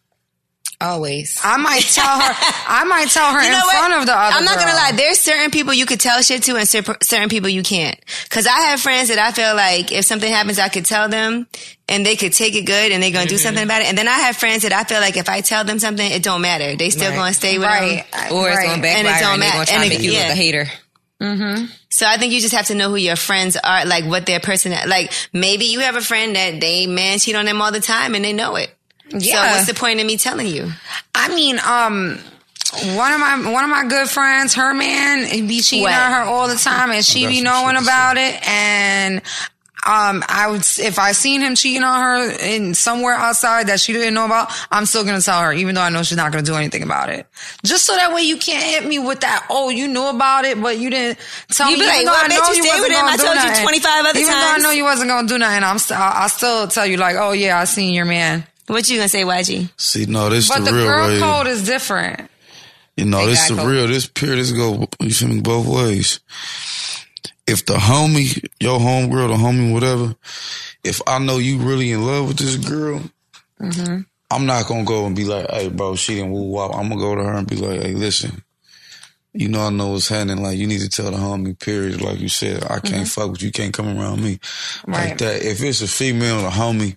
G: Always.
B: I might tell her. I might tell her
E: You
B: in
E: know what?
B: front of the other.
E: I'm not gonna
B: girl.
E: lie. There's certain people you could tell shit to, and cer- certain people you can't. Cause I have friends that I feel like if something happens, I could tell them, and they could take it good, and they're gonna do
G: Mm-hmm.
E: something about it. And then I have friends that I feel like if I tell them something, it don't matter. They still gonna stay with
B: Right.
E: them.
G: Or it's
B: Right.
G: gonna
E: And it
G: backfire and,
E: don't
G: they
E: matter.
G: gonna try
E: And
G: to
E: it-
G: make you
E: yeah.
G: look a hater.
E: So I think you just have to know who your friends are, like what their person, like maybe you have a friend that they man cheat on them all the time, and they know it. So
B: Yeah.
E: what's the point of me telling you?
B: I mean, um, one of my one of my good friends, her man, he be cheating
E: What?
B: on her all the time, and she
D: got
B: be
D: some
B: knowing
D: shit to
B: about it. And um, I would s- if I seen him cheating on her in somewhere outside that she didn't know about, I'm still gonna tell her, even though I know she's not gonna do anything about it. Just so that way you can't hit me with that. Oh, you knew about it, but you didn't tell
E: You
B: me.
E: be like,
B: even though
E: well,
B: I
E: bitch,
B: know
E: you
B: you
E: stayed
B: wasn't
E: with him.
B: gonna
E: I
B: do
E: told you
B: nothing.
E: 25 other
B: even
E: times.
B: though I know you wasn't gonna do nothing, I'm st- I, I still tell you like, oh yeah, I seen your man.
E: What you gonna say, YG?
D: See, no, this
B: But
D: the,
B: the
D: real
B: girl
D: way.
B: code is different.
D: You know, this is
G: Exactly.
D: real. This period, this go, you feel me, both ways. If the homie, your homegirl, the homie, whatever, if I know you really in love with this girl, I'm not gonna go and be like, hey, bro, she didn't woo wop. I'm gonna go to her and be like, hey, listen, you know, I know what's happening. Like, you need to tell the homie, period. Like you said, I can't fuck with you. You can't come around me. Like
B: Right.
D: that. If it's a female, a homie,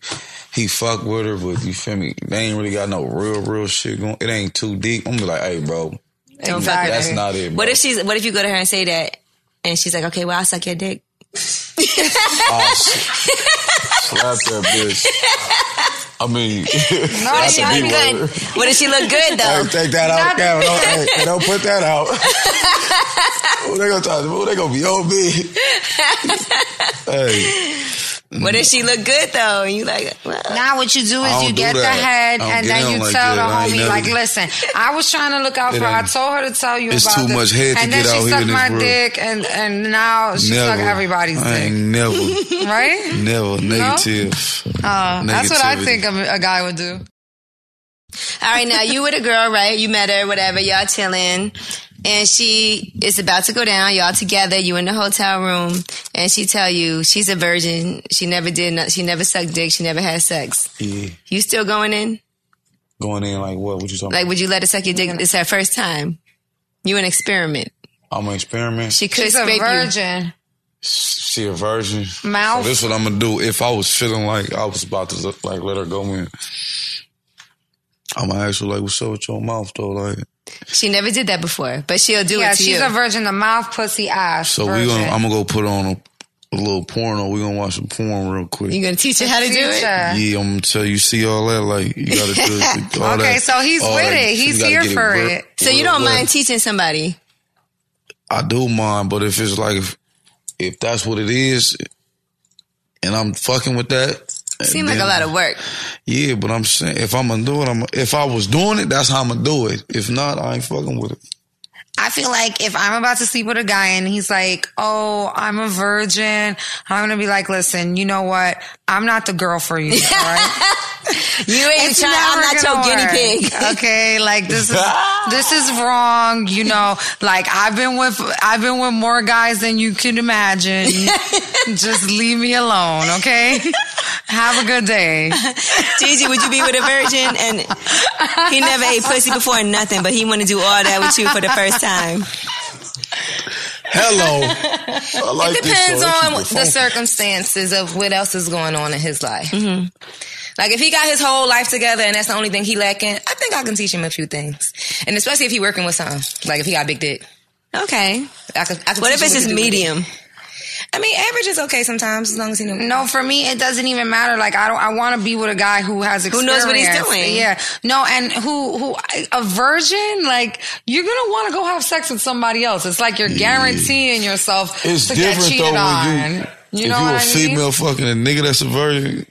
D: he fuck with her, but you feel me? They ain't really got no real, real shit going. It ain't too deep. I'm gonna be like, hey, bro.
B: Exactly.
D: That's not it. Bro.
E: What if she's? What if you go to her and say that, and she's like, okay, well, I'll suck your dick.
D: Oh, shit. slap that bitch? I mean,
B: No,
D: that's
B: yeah,
D: a
B: I
D: B
B: mean,
D: word.
E: What if she look good though?
D: Hey, take that out, camera. Don't, hey, don't put that out. Who they gonna talk to? Who they gonna be on me? hey,
E: What if she look good though? And you like, well,
B: Now what you do
D: I
B: is
D: don't
B: you
D: do
B: get the
D: that.
B: head
D: I don't
B: and
D: get
B: then
D: on
B: you
D: like
B: tell
D: that. I ain't
B: the homie
D: never-
B: like, listen, I was trying to look out
D: It
B: for. her. I
D: ain't-
B: told her to tell you
D: It's
B: about
D: too
B: this,
D: much head to
B: and then
D: get
B: she
D: out here
B: sucked
D: in this
B: my
D: world.
B: dick, and and now she
D: never.
B: sucked everybody's
D: I
B: dick,
D: ain't never,
B: right?
D: never negative.
B: Uh, that's what I
D: Negativity.
B: think a, a guy would do.
E: all right, now you with a girl, right? You met her, whatever. Y'all chilling, and she is about to go down. Y'all together. You in the hotel room, and she tell you she's a virgin. She never did. no- She never sucked dick. She never had sex.
D: Yeah.
E: You still going in?
D: Going in like what? What you talking?
E: Like, would you let her suck your dick? It's her first time. You an experiment.
D: about? I'm an experiment.
E: She could
B: She's a
E: scrape you.
B: virgin.
D: she a virgin.
B: Mouth.
D: So this what I'm gonna do. If I was feeling like I was about to look, like let her go in, I'm gonna ask her like, "What's up with your mouth though?" Like,
E: She never did that before, but she'll do
B: Yeah,
E: it to
B: she's
E: you.
B: a virgin. The mouth, pussy, ass.
D: so we
B: virgin.
D: gonna I'm gonna go put on a, a little porno. We gonna watch some porn real quick.
E: you gonna teach her how to do it.
B: Teacher.
D: yeah, I'm gonna tell you. See all that? Like, you gotta do it. all
B: Okay,
D: that-
B: so he's
D: all
B: with
D: that.
B: it.
D: You
B: He's
D: gotta
B: here
D: get
B: for
D: real-
B: it.
E: So you
D: real
E: don't
D: wet.
E: mind teaching somebody.
D: I do mind, but if it's like if, if that's what it is, and I'm fucking with that.
E: Seems like a
D: then-
E: lot of work.
D: Yeah, but I'm saying if I'm gonna do it, I'm if I was doing it, that's how I'm gonna do it. If not, I ain't fucking with it.
B: I feel like if I'm about to sleep with a guy and he's like, "Oh, I'm a virgin," I'm gonna be like, "Listen, you know what? I'm not the girl for you. All right?
E: You ain't
B: It's
E: trying. I'm
B: never
E: not your
B: gonna work.
E: guinea pig.
B: Okay, like this is this is wrong. You know, like I've been with I've been with more guys than you can imagine. Just leave me alone, okay? Have a good day.
E: Gigi, would you be with a virgin? And he never ate pussy before and nothing, but he want to do all that with you for the first time.
D: Hello. I like this show.
G: Depends
D: They keep
G: on
D: it
G: the
D: funky.
G: circumstances of what else is going on in his life. Like if he got his whole life together and that's the only thing he lacking, I think I can teach him a few things. And especially if he working with something. Like if he got a big dick,
E: Okay.
G: I could. I could
E: What
G: teach
E: if
G: him
E: it's
G: to
E: just
G: do with it.
E: medium?
G: I mean, average is okay sometimes as long as he know.
B: No, for me, it doesn't even matter. Like I don't. I want to be with a guy who has experience.
E: knows what he's doing.
B: Yeah. No, and who who a virgin? Like you're gonna want to go have sex with somebody else. It's like you're guaranteeing yourself
D: Mm. It's
B: to get
D: different
B: cheated
D: though
B: on.
D: when you,
B: you
D: if
B: know
D: you
B: what
D: a
B: I mean?
D: female fucking a nigga that's a virgin,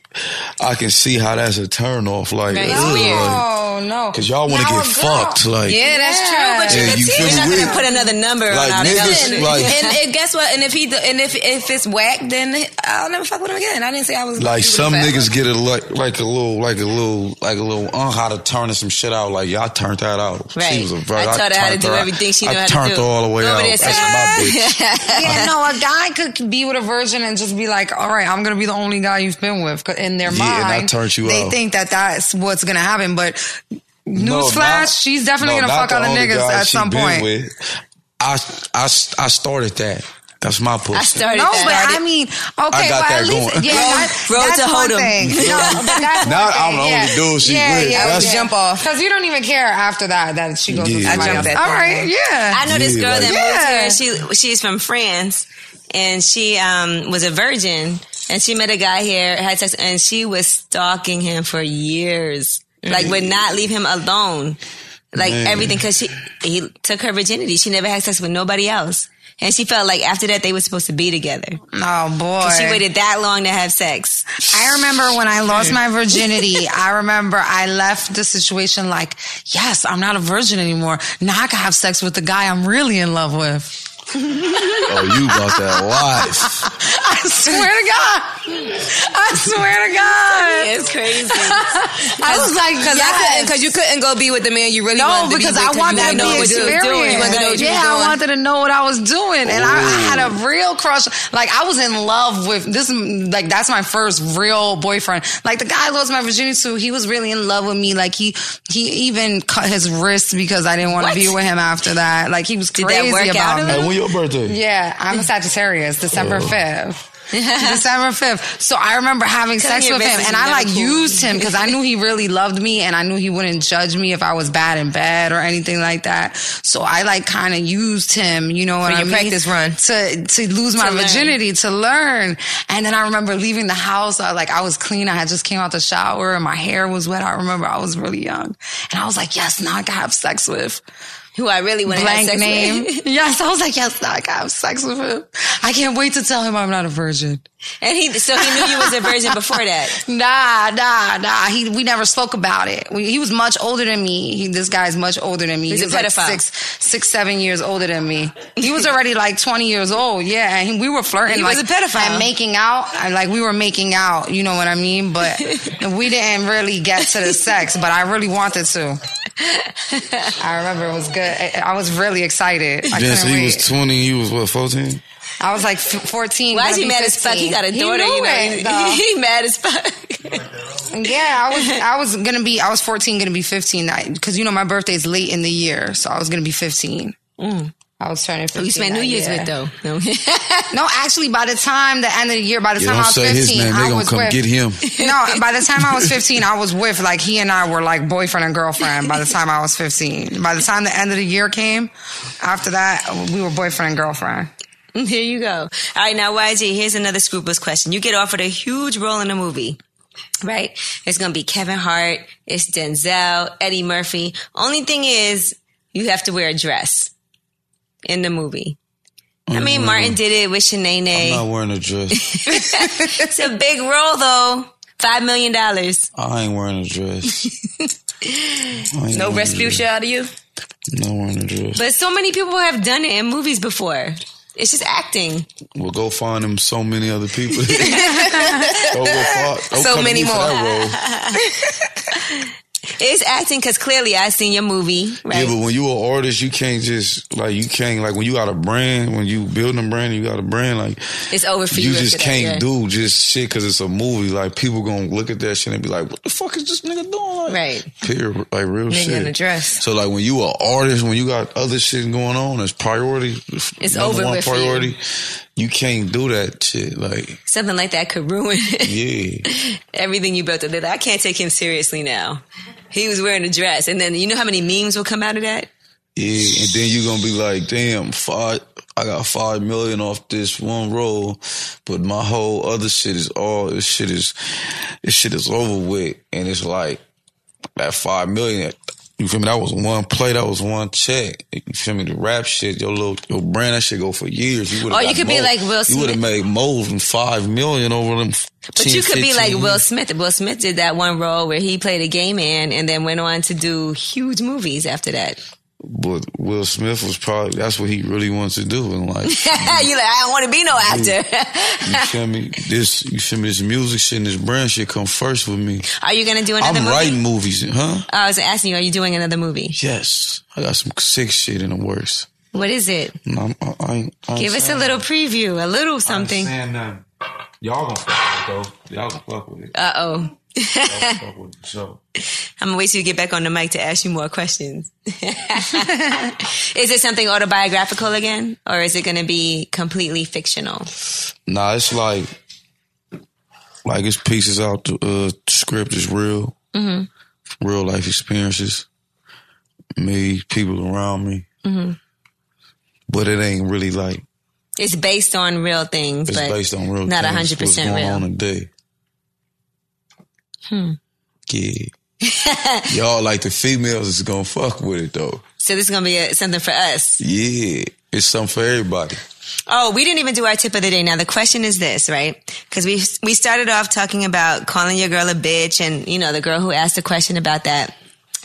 D: I can see how that's a turn off. Like,
G: That's
D: ugh,
G: weird.
D: like,
B: Oh no.
D: cause y'all want to
B: Now
D: get
B: a girl-
D: fucked. Like,
G: Yeah, that's true. But you
D: Yeah,
G: can
D: you
G: teach
D: feel me?
G: him.
E: We're not
D: Weird.
E: gonna put another number
D: Like,
E: on our
D: niggas,
E: belly.
D: like-
G: and, and guess what? And if he do- and if if it's whack, then I'll never fuck with him again. I didn't say I was
D: like
G: he was
D: some
G: fat.
D: niggas get it like like a little like a little like a little on how to turn some shit out. Like y'all turned that out.
E: Right.
D: She was a virgin.
E: I taught her how to
D: turned
E: do
D: out.
E: everything she know
D: I
E: how to
D: turned
E: do.
D: her all the way
E: Go over
D: out.
E: there,
D: That's
E: say,
D: my bitch.
B: Yeah, no, a guy could be with a virgin and just be like, "All right, I'm gonna be the only guy you've been with." 'Cause In their
D: Yeah,
B: mind,
D: and I turned you
B: they
D: out.
B: think that that's what's gonna happen. But newsflash,
D: not-
B: she's definitely
D: no,
B: gonna
D: not
B: fuck
D: the
B: other
D: only
B: niggas
D: guy
B: at
D: she
B: some
D: been
B: point.
D: with. I, I, I started that. That's my pussy.
E: I started
B: No,
E: that.
B: but I mean, okay,
D: I got
B: but
D: that
B: at least
D: going.
B: yeah, that,
E: Road
B: that's
E: to
B: one
E: Hodom.
B: thing. No, but that's
D: Now
B: one
D: I'm
B: thing,
D: the only
B: yeah.
D: dude she
B: yeah,
D: with.
B: Yeah,
D: That's-
B: yeah. jump off because you don't even care after that that she goes. with
D: Yeah. I
B: somebody
D: jumped
B: else.
G: that
B: All right, yeah.
E: I know this
D: Yeah,
E: girl
D: like-
E: that moved here. She she's from France, and she um was a virgin, and she met a guy here, had sex, and she was stalking him for years. Like would not leave him alone. Like
D: Man.
E: everything, because she he took her virginity. She never had sex with nobody else, and she felt like after that they were supposed to be together.
B: oh boy,
E: She waited that long to have sex.
B: I remember when I lost my virginity, I remember I left the situation like, yes, I'm not a virgin anymore. Now I can have sex with the guy I'm really in love with.
D: oh, you about that life.
B: I swear to God. I swear to God.
E: It's crazy.
B: I was like,
G: Cause I couldn't,
B: yes.
G: cause you couldn't go be with the man you really
B: No,
G: wanted to
B: because
G: be
B: I
G: with
B: wanted
G: you
B: to
G: didn't know
B: be
G: what you was doing. You wanted to know what
B: experienced.
G: you
B: Yeah,
G: was
B: I
G: doing. Mm.
B: wanted to know what I was doing, and I, I had a real crush. Like I was in love with this. Like that's my first real boyfriend. Like the guy I lost my virginity to, he was really in love with me. Like he he even cut his wrist because I didn't want to
E: What?
B: be with him after that. Like he was
E: that
B: crazy
E: work out
B: about
E: a
B: me.
E: little?
D: Hey, when your birthday?
B: Yeah, I'm a Sagittarius, December 5th. December 5th. So I remember having sex
E: your
B: with him
E: business
B: and
E: is
B: I
E: never
B: like
E: cool.
B: used him because I knew he really loved me and I knew he wouldn't judge me if I was bad in bed or anything like that. So I like kind of used him, you know what
G: For
B: I
G: your
B: mean?
G: practice run.
B: To, to lose my
E: learn.
B: virginity, to learn. And then I remember leaving the house. I like, I was clean. I had just came out the shower and my hair was wet. I remember I was really young and I was like, yes, now I can have sex with
E: Who I really want to have
B: blank
E: sex
B: name.
E: with.
B: yes, I was like, yes, now I can have sex with him. I can't wait to tell him I'm not a virgin.
E: And he so he knew you was a virgin before that.
B: Nah, nah, nah. He we never spoke about it. We, he was much older than me. He, this guy's much older than me.
E: He's
B: he
E: a
B: was
E: pedophile.
B: Like six, six, seven years older than me. He was already like twenty years old. Yeah, and he, we were flirting.
E: He was
B: like,
E: a pedophile.
B: and making out. And like we were making out. You know what I mean? But we didn't really get to the sex. But I really wanted to. I remember it was good. I, I was really excited. I
D: Then so
B: couldn't
D: he
B: wait.
D: was 20, you was what, 14?
B: I was like f- 14.
E: Why
B: gonna
E: is he
B: be
E: mad as fuck? He
B: 15.
E: got a
B: He
E: daughter,
B: knew
E: you know.
B: it, though.
E: he mad as fuck.
B: Yeah, I was I was gonna be I was fourteen, gonna be fifteen that because you know my birthday's late in the year, so I was gonna be fifteen. I was turning fifteen.
E: Mm. Oh, You spent New
B: that
E: Year's
B: year.
E: with though. No.
B: No, actually, by the time the end of the year, by the
D: You
B: time
D: don't
B: I was
D: say his
B: fifteen,
D: name, they
B: I
D: gonna
B: was
D: come
B: with.
D: get him.
B: No, by the time I was fifteen, I was with like he and I were like boyfriend and girlfriend. By the time I was fifteen, by the time the end of the year came, after that we were boyfriend and girlfriend.
E: Here you go. All right, now YG, here's another scruples question. You get offered a huge role in a movie, right? It's gonna be Kevin Hart, it's Denzel, Eddie Murphy. Only thing is you have to wear a dress in the movie. I mean, Martin did it with
D: Mm. I'm
E: Shanae.
D: not wearing a dress.
E: It's a big role though. Five million dollars.
D: I ain't wearing a dress.
G: No restitution out of you.
D: No wearing a dress.
E: Mm. But so many people have done it in movies before. It's just acting.
D: Well, go find him so many other people. Don't go far- don't
G: So
D: come to
G: many
D: me for
G: more.
D: that role.
E: It's acting because clearly I seen your movie, right?
D: Yeah, but when you an artist, you can't just like you can't like when you got a brand, when you building a brand, you got a brand like
G: It's over for you.
D: you just
G: after that,
D: can't
G: yeah.
D: do just shit because it's a movie. Like people gonna look at that shit and be like, "What the fuck is this nigga doing?" Like,
G: Right.
D: Period. Like real
G: Nigga
D: shit.
G: in a dress.
D: So like when you an artist, when you got other shit going on, it's priority. It's
G: over
D: One
G: with for you.
D: priority. You can't do that shit. Like
E: Something like that could ruin
D: yeah,
E: everything you built up. They're like, I can't take him seriously now. He was wearing a dress, and then you know how many memes will come out of that.
D: yeah. And then you gonna be like, "Damn, five. I got five million off this one role, but my whole other shit is all this shit is this shit is over with." And it's like. that five million. You feel me? That was one play. That was one check. You feel me? The rap shit, your little your brand, that shit go for years. You would've
G: Or you
D: got
G: could be
D: more-
G: like Will
D: You would
G: Smith.
D: have made more than five million over them.
E: But you could be like Will Smith. Will Smith did that one role where he played a gay man, and then went on to do huge movies after that.
D: But Will Smith was probably that's what he really wants to do. And like,
E: Ah, you like, I don't want to be no actor.
D: you feel me? This you feel me? This music shit and this brand shit come first with me.
E: are you gonna do another
D: I'm
E: movie?
D: writing movies, huh?
E: I was asking you, are you doing another movie?
D: Yes, I got some sick shit in the works.
E: What is it?
D: And I'm, I, I, ain't- I ain't
E: Give us a
D: saying-
E: little preview, a
D: I
E: little
D: ain't
E: something.
D: saying nothing. Y'all gonna fuck with it though. Y'all gonna fuck with it.
E: Uh oh.
D: fuck with the show.
E: I'm gonna wait till you get back on the mic to ask you more questions. is it something autobiographical again, or is it gonna be completely fictional?
D: Nah, it's like like it's pieces out the uh, script is real, mm-hmm. real life experiences, me, people around me, mm-hmm. but it ain't really like
E: It's based on real things,
D: it's
E: but
D: based on real.
E: not
D: things,
E: hundred
D: what's
E: percent
D: going
E: real.
D: on today. Hmm. Yeah. Y'all like the females is gonna fuck with it though.
E: So this is gonna be a, something for us.
D: Yeah, it's something for everybody.
E: Oh, we didn't even do our tip of the day. Now the question is this, right? Because we we started off talking about calling your girl a bitch, and you know the girl who asked the question about that.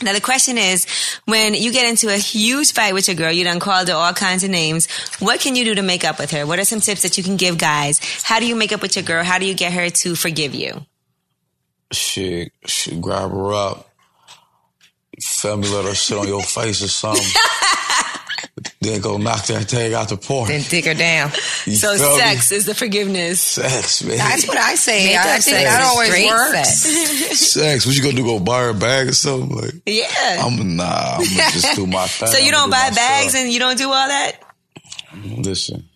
E: Now the question is, when you get into a huge fight with your girl, you done called her all kinds of names. What can you do to make up with her? What are some tips that you can give guys? How do you make up with your girl? How do you get her to forgive you?
D: shit, shit, grab her up. Feel me, let her sit on your face or something. then go knock that thing out the porch.
G: Then dig her down.
D: You
E: So
D: feel me?
E: sex is the forgiveness.
D: Sex, man.
G: That's what I say.
E: Makeup
G: I say
E: sex
G: that
E: is
G: always
E: great
G: works.
D: sex. What you gonna do? Go buy her a bag or something? Like,
E: Yeah.
D: I'm nah. I'm gonna just do my thing.
E: so you
D: I'ma
E: don't
D: do
E: buy
D: my
E: bags
D: stuff.
E: and you don't do all that.
D: listen.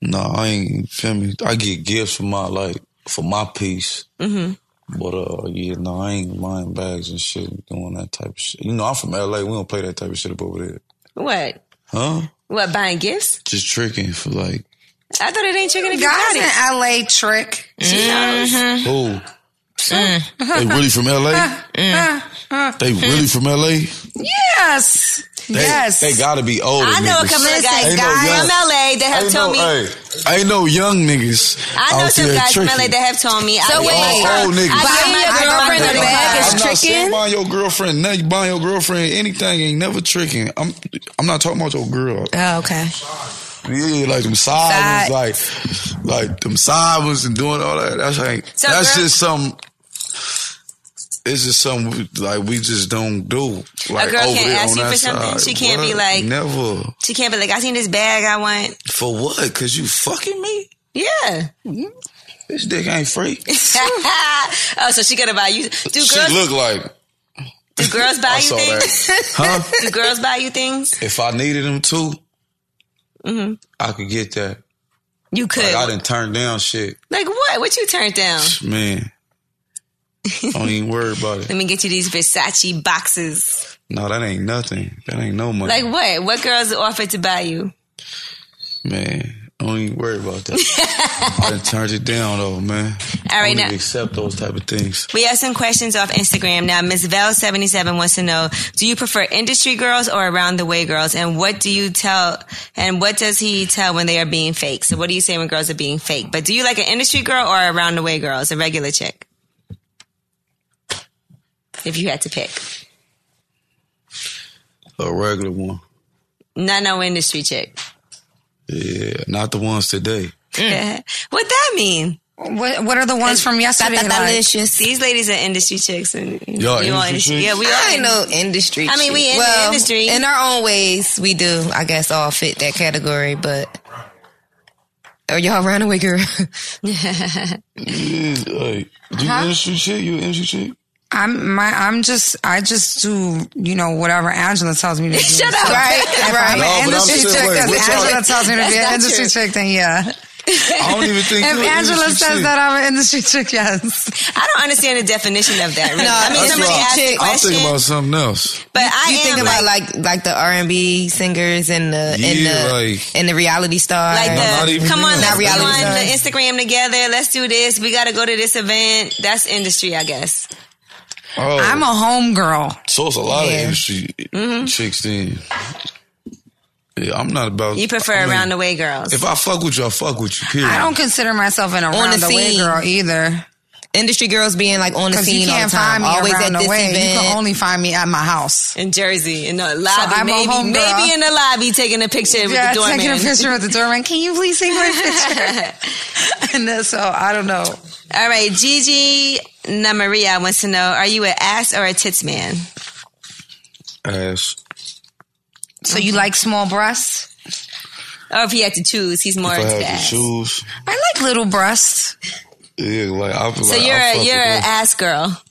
D: No, I ain't feel me. I get gifts for my like for my piece. Mm-hmm. But uh, yeah, no, I ain't buying bags and shit, doing that type of shit. You know, I'm from LA. We don't play that type of shit up over there.
E: What?
D: Huh?
E: What? Buying gifts?
D: Just tricking for like
E: I thought it ain't tricking if you
B: Guys
E: got
B: in
E: it.
B: LA trick.
E: Mm.
D: who? They really from LA?
E: Mm.
D: They really from LA?
B: Yes.
D: They,
B: yes.
D: They gotta be old.
E: I know a couple of guys,
D: ain't no
E: guys
D: young-
E: from LA that have
D: ain't no,
E: told me.
D: hey, ain't no young niggas.
E: I know
D: out
E: some
D: there
E: guys from
D: tricking.
E: LA that have told me.
G: So
E: I
G: wait,
E: get my-
D: all old niggas.
E: I get
G: Buying
E: my
G: your
E: girlfriend
G: girlfriend a bag
D: I'm
G: is
D: not saying
G: tricking?
D: buying your girlfriend. Now you buying your girlfriend anything ain't never tricking. I'm I'm not talking about your girl.
G: Oh, okay.
D: Yeah, like them side ones, like like them side ones and doing all that. That's like
E: So,
D: that's
E: girl-
D: just some. It's just something we- like we just don't do. Like
E: girl
D: over
E: can't
D: there
E: ask
D: on
E: you
D: that
E: for something?
D: side.
E: She can't be
D: What?
E: like-
D: never
E: She can't be like, I seen this bag I want.
D: for what? Cause you fucking me.
E: Yeah.
D: This dick ain't free.
E: oh, so she gonna buy you? Do
D: she
E: girls?
D: look like
E: do girls buy
D: I
E: you
D: saw
E: things?
D: that, huh?
E: Do girls buy you things?
D: if I needed them too,
E: Mm-hmm.
D: I could get that.
E: You could.
D: Like I didn't turn down shit,
E: Like what? What you turned down?
D: man. I don't even worry about it.
E: Let me get you these Versace boxes.
D: No, that ain't nothing. That ain't no money.
E: Like what? What girls offered to buy you?
D: Man, I don't even worry about that. I done turned it down though, man.
E: All
D: I
E: right,
D: don't
E: now-
D: even accept those type of things.
E: We have some questions off Instagram. Now, Ms. Val77 wants to know, do you prefer industry girls or around the way girls? And what do you tell, and what does he tell when they are being fake? So what do you say when girls are being fake? But do you like an industry girl or around the way girls, a regular chick? If you had to pick.
D: A regular one.
E: No, no industry chick.
D: Yeah, not the ones today.
E: what that mean?
B: What, what are the ones from yesterday? Like?
G: Delicious.
E: These ladies are industry chicks, and
D: Y'all
E: we all
D: industry chicks?
E: Yeah, we
G: I
E: all
G: ain't no industry.
E: I mean, we
G: chick.
E: in the
G: well,
E: industry.
G: in our own ways. We do, I guess, all fit that category. But are y'all runaway girl?
D: Yeah, like, you industry shit? You industry shit?
B: I'm my I'm just I just do you know whatever Angela tells me to do. Shut up, right? If I'm
D: No, but I'm
B: an industry
D: still
B: chick,
D: waiting.
B: that's
D: What
B: what
D: y'all-
B: Angela tells me to be an industry chick. Then yeah,
D: I don't even think
B: if
D: you an
B: Angela
D: industry
B: says
D: chick.
B: that I'm an industry chick, yes.
E: I don't understand the definition of that. Really.
G: No,
E: I mean,
G: that's
E: somebody
G: wrong.
E: asked the
G: Chick,
D: I'm
E: question,
D: thinking about something else.
E: but I
G: you
E: am
G: think
E: like,
G: about like like the R and B singers and the and
D: Yeah,
G: the
D: like-
G: and the reality star.
E: like
D: No, not
E: the
D: even
E: come on,
D: real.
E: let's go
G: Not
E: on
G: reality
E: the
G: stars.
E: Instagram together. Let's do this. We got to go to this event. That's industry, I guess.
D: Oh,
B: I'm a home girl.
D: so it's a lot of
G: Yeah.
D: industry
E: Mm-hmm.
D: chicks then. Yeah, I'm not about.
E: You prefer
D: I mean,
E: around the way girls.
D: If I fuck with you, I fuck with you. Period.
B: I don't consider myself an around the, way
G: scene.
B: girl either.
G: industry girls being like on the
B: Because
G: scene
B: you can't
G: all the time,
B: find me
G: always
B: around
G: at
B: the
G: this
B: way.
G: event.
B: You can only find me at my house.
E: in Jersey, in the lobby,
B: I'm a
E: maybe,
B: homegirl.
E: maybe in the lobby taking a picture with
B: Yeah,
E: the doorman.
B: taking a picture with the doorman. Can you please take my picture? and then, so I don't know.
E: All right, Gigi Namaria wants to know: Are you an ass or a tits man?
D: ass.
B: So you like small breasts?
E: Or if he had to choose, he's more
D: If I
E: into
D: had to
E: ass.
D: choose,
B: I like little breasts.
D: yeah, like I feel
E: So
D: like
E: you're
D: I
E: a,
D: fuck
E: you're
D: with
E: an
D: her.
E: ass girl.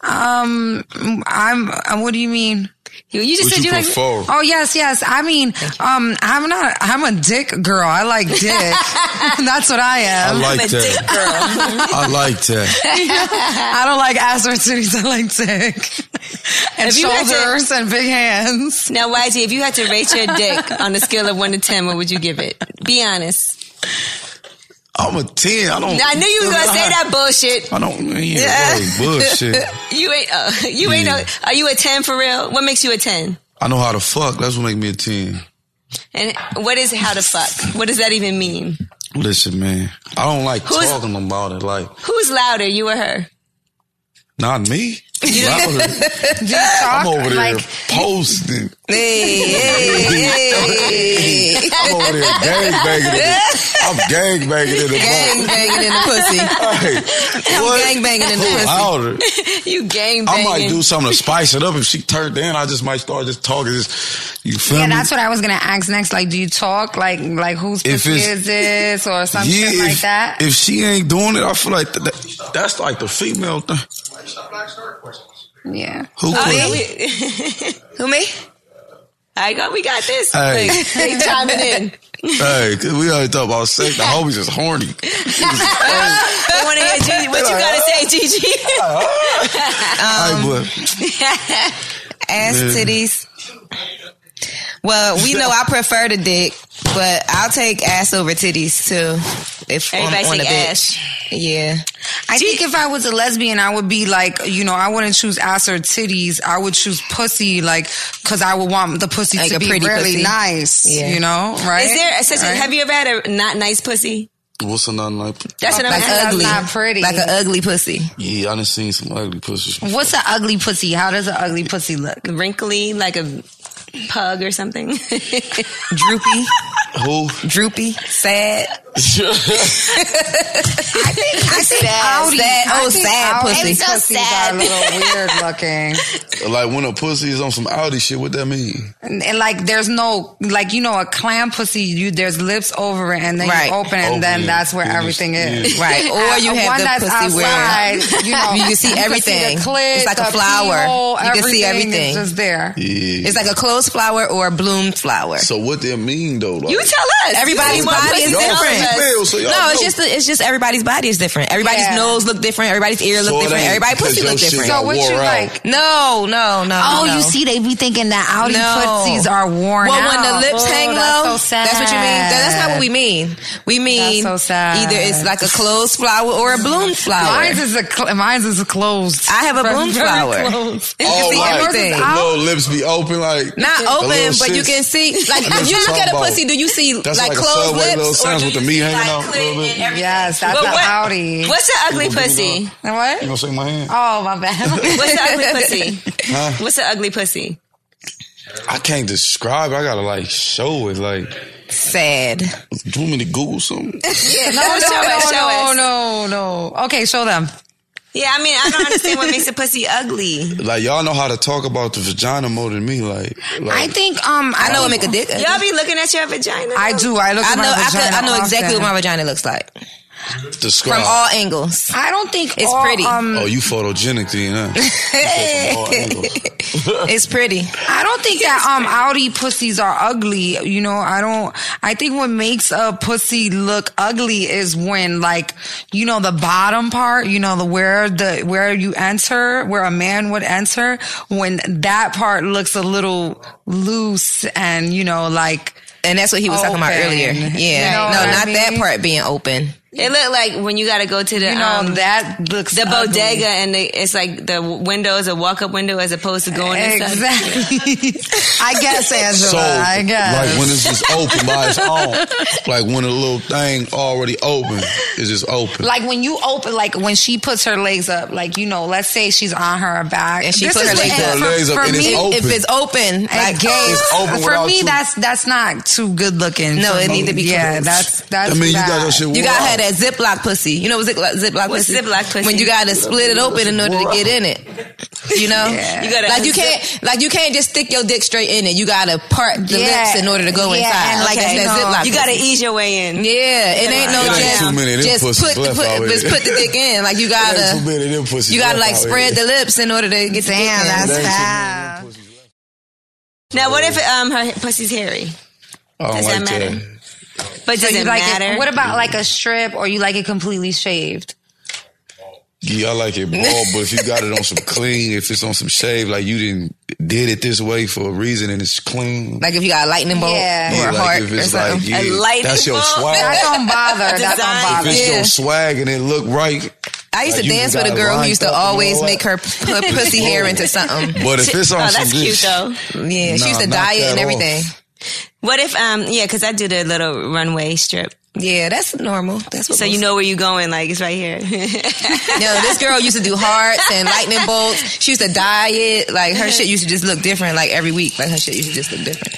B: Um, I'm. uh, What do you mean?
E: You, you just
D: Would
E: said
D: you
E: you, like.
D: prefer?
B: Oh yes, yes. I mean, um, I'm not. I'm a dick girl. I like dick. That's what I
D: I
B: am.
D: like
E: dick
D: that.
E: girl.
D: I like that.
B: I don't like ass or titties. I like dick and
E: If you had to-
B: shoulders and big hands.
E: Now, YG, if you had to rate your dick on a scale of one to ten, what would you give it? Be honest.
D: I'm a ten. I don't.
E: Now, I knew you were gonna say that bullshit.
D: I don't. Yeah, like bullshit.
E: You ain't. Uh, you ain't.
D: Yeah.
E: A, are you a ten for real? What makes you a ten?
D: I know how to fuck. That's what make me a ten.
E: And what is how to fuck? What does that even mean?
D: Listen, man, I don't like
E: Who's-
D: talking about it. Like,
E: Who's louder, you or her?
D: not me. Louder. I'm over there posting. I'm over there gangbanging. it. I'm gangbanging in the
G: gang
D: gang.
G: banging in the pussy.
D: Hey, what?
G: gangbanging in the
D: Who
G: pussy.
D: louder?
E: You gang
D: I
E: banging.
D: might do something to spice it up. If she turned in, I just might start just talking. Just, you feel
B: Yeah,
D: me?
B: that's what I was gonna ask next. Like, do you talk like like whose
D: If
B: pussy
D: it's-
B: is this or something
D: yeah, if,
B: like that?
D: if she ain't doing it, I feel like th- that, that's like the female thing.
B: Oh, yeah.
D: Who could?
E: Yeah, we,
G: Who me?
E: I got. We got this.
D: Hey.
E: Like, they chiming in.
D: Hey, 'cause we already talked about sex. The homies is horny.
E: They want to hear Gigi. What you gotta say, Gigi?
B: Um,
D: hey, but
G: Ass
D: Yeah.
G: titties. Well, we know I prefer the dick, but I'll take ass over titties too. If on-
E: Everybody
G: on,
E: say
G: the
E: ass.
G: bitch. Yeah.
B: I think if I was a lesbian, I would be like, you know, I wouldn't choose ass or titties. I would choose pussy, like, because I would want the pussy
G: Like
B: to
G: a
B: be
G: pretty
B: really
G: pussy.
B: nice.
G: Yeah.
B: You know, right?
E: Is there such a,
B: Right?
E: Have you ever had a not nice pussy?
D: what's another like?
E: That's what I'm
G: Like
E: asking.
G: ugly.
B: not pretty.
G: Like an ugly pussy.
D: Yeah, I done seen some ugly pussies. before.
B: What's an ugly pussy? How does an ugly pussy look?
E: Wrinkly, like a pug or something.
G: Droopy.
D: Who?
G: droopy. Sad.
B: I think
G: Sad,
B: Audi-
G: sad.
B: I
G: Oh,
B: think
G: sad
B: Audi
G: pussy.
E: so
B: pussies
E: sad.
B: are a little weird looking.
D: like when a pussy is on some Audi shit, what that mean?
B: And, and, like, there's no, like, you know, a clam pussy, you there's lips over it and then
G: Right.
B: you open it and
D: Open
B: then
D: it.
B: that's where
D: Yeah,
B: everything is.
D: yeah.
G: Right. Or you
B: Uh,
G: have
B: one
G: the
B: that's
G: pussy where
B: outside, you know,
G: You can see
B: the
G: everything.
B: clit,
G: It's like a
B: the
G: flower.
B: keyhole,
G: You can see everything.
B: is just there.
D: Yeah.
G: it's like a closed flower or a bloomed flower.
D: so what that mean though? Like,
E: you tell us.
G: Everybody's
E: You want
G: body
E: pussy
G: is
E: than all of
G: different.
E: us.
D: Female, so y'all
G: no, it's
D: know.
G: just it's just everybody's body is different. Everybody's
B: Yeah.
G: nose look different. Everybody's ear
D: So
G: look
D: it
G: different.
D: ain't
G: Everybody's
D: 'cause
G: pussy
D: your
G: look
D: shit
G: different.
B: So
D: got
B: what
D: wore
B: you
D: out.
B: like?
G: No, no, no.
B: Oh,
G: no.
B: you see, they be thinking that Audi
G: No.
B: pussies are worn
G: well,
B: out.
G: when the lips
B: Oh,
G: hang low,
B: that's so sad.
G: that's what you mean. That- That's not what we mean. We mean
B: so sad.
G: either it's like a closed flower or a bloomed flower.
B: Mine's is a cl- mine's is a closed.
G: I have a
B: Very,
G: bloom
B: very
G: flower.
B: closed.
G: You can see
D: oh, like,
G: everything.
D: The little lips be open, like the
G: Not open,
D: little
G: but you
D: shits.
G: can see. Like,
D: I know
G: if you
D: what you're
G: look at a
D: talking
G: pussy,
D: about.
G: do you see
D: That's
G: like
D: like a
G: closed
D: Subway
G: lips?
D: little
G: or
D: sounds
G: do
D: with
G: you
D: the meat
G: see,
D: hanging
G: like,
D: out a little
G: clit
D: bit.
G: and everything?
B: Yes, that's
E: But
B: an
E: what-
B: Audi.
E: What's an ugly pussy?
B: And What?
D: You gonna shake my hand?
B: Oh my bad.
E: What's an ugly pussy? What's an ugly pussy?
D: I can't describe. it. I gotta like show it. Like
G: Sad.
D: Do you want me to Google something?
B: Yeah, no, no,
E: Show us, show
B: no,
E: us.
B: no, no, no. Okay, show them.
E: Yeah, I mean, I don't understand what makes a pussy ugly.
D: like y'all know how to talk about the vagina more than me. Like, like
B: I think um I,
G: I know what make a dick.
E: Y'all be looking at your vagina.
B: I do. I look
G: I
B: at
G: know.
B: my
G: I, could,
B: vagina
G: I know exactly
B: often.
G: what my vagina looks like
D: describe.
G: from all angles.
B: I don't think
G: It's
B: all,
G: pretty.
B: Um,
D: oh, you photogenic then, huh? From all angles.
G: It's pretty.
B: I don't think that um Audi pussies are ugly. You know, I don't. I think what makes a pussy look ugly is when, like, you know, the bottom part. You know, the where the where you enter, where a man would enter, when that part looks a little loose and you know, like.
G: And that's what he was talking about
B: Open.
G: earlier. Yeah.
B: You know
G: no,
B: what I
G: not that
B: mean?
G: part being open.
E: It looked like when you got to go to the
B: You know
E: um,
B: that looks
E: the
B: ugly.
E: bodega and the, it's like the window is a walk up window as opposed to going inside.
B: Exactly. I guess, Angela.
D: So,
B: I guess.
D: like when it's just open by its own, like when a little thing already open is just open.
B: Like when you open, like when she puts her legs up, like you know, let's say she's on her back,
G: And she
B: This
G: put
B: is
G: her
B: what-
G: legs up.
B: for-
D: Her legs up
B: for
D: and it's
B: me,
D: open.
G: If it's open, like
B: gay,
G: gay.
D: It's open
B: for
D: without
B: me,
D: you.
B: that's that's not too good looking.
G: No,
B: for
G: it
B: me.
G: need to be
B: Yeah,
G: closed.
B: that's that's.
D: I mean, you
B: bad.
D: got that shit.
G: You
D: wore
G: gotta have
D: out.
G: that Ziploc pussy. You know what Ziploc, Ziploc
E: What's
G: pussy?
E: Ziploc pussy?
G: When you gotta split it open in order to get in it. You know?
E: You gotta
G: like you can't like you can't just stick your dick straight in it. You gotta part the
B: Yeah.
G: lips in order to go
B: Yeah,
G: inside.
B: and like,
G: That's
B: you
G: that
B: know,
G: Ziploc
E: You
G: pussy.
E: got to ease your way in.
G: Yeah, it ain't
E: It
G: no
E: ain't
G: just,
D: too many of them
G: just
D: pussies
G: put,
D: left out
G: put, just
D: here.
G: put the dick in. Like you
D: There ain't too
G: gotta
D: many of them pussies
G: you gotta
D: left
G: like
D: out here.
G: spread the lips in order to get the dick in.
B: Damn,
D: There
B: that's
D: ain't too many of
B: bad.
D: them pussies left.
E: Now, what if um her pussy's hairy?
D: I don't
E: Does that
D: like that.
E: matter? But
B: So
E: does
B: you
E: it
B: like
E: matter?
B: It, what about like a strip, or you like it completely shaved?
D: Yeah, I like it bald, but if you got it on some clean, if it's on some shave, like you didn't did it this way for a reason and it's clean.
G: Like if you got a lightning bolt
B: Yeah.
G: or
D: Yeah,
G: a
D: like
G: heart
D: if
G: or
D: it's like
G: something.
D: yeah,
E: A lightning
D: that's your
E: bolt?
B: That
D: swag.
B: don't bother. That don't
E: Design.
B: bother.
D: If it's
G: Yeah.
D: your swag and it look right,
G: I used to
D: Like, you
G: dance with
D: got
G: a girl who
D: lined
G: used to
D: up and all
G: always
D: that.
G: make her put pussy hair into something.
D: but if it's on
E: Oh,
D: some
E: that's
D: good
E: cute
D: shit-
E: though.
G: Yeah, she
D: Nah,
G: used to
D: knock
G: dye it and
D: that off.
G: everything.
E: What if um yeah? Because I do the little runway strip,
G: Yeah, that's normal. That's what
E: so you
G: most-
E: know where you going. Like it's right here.
G: No, this girl used to do hearts and lightning bolts. She used to dye it. Like
E: Mm-hmm.
G: her shit used to just look different. Like every week, like her shit used to just look different.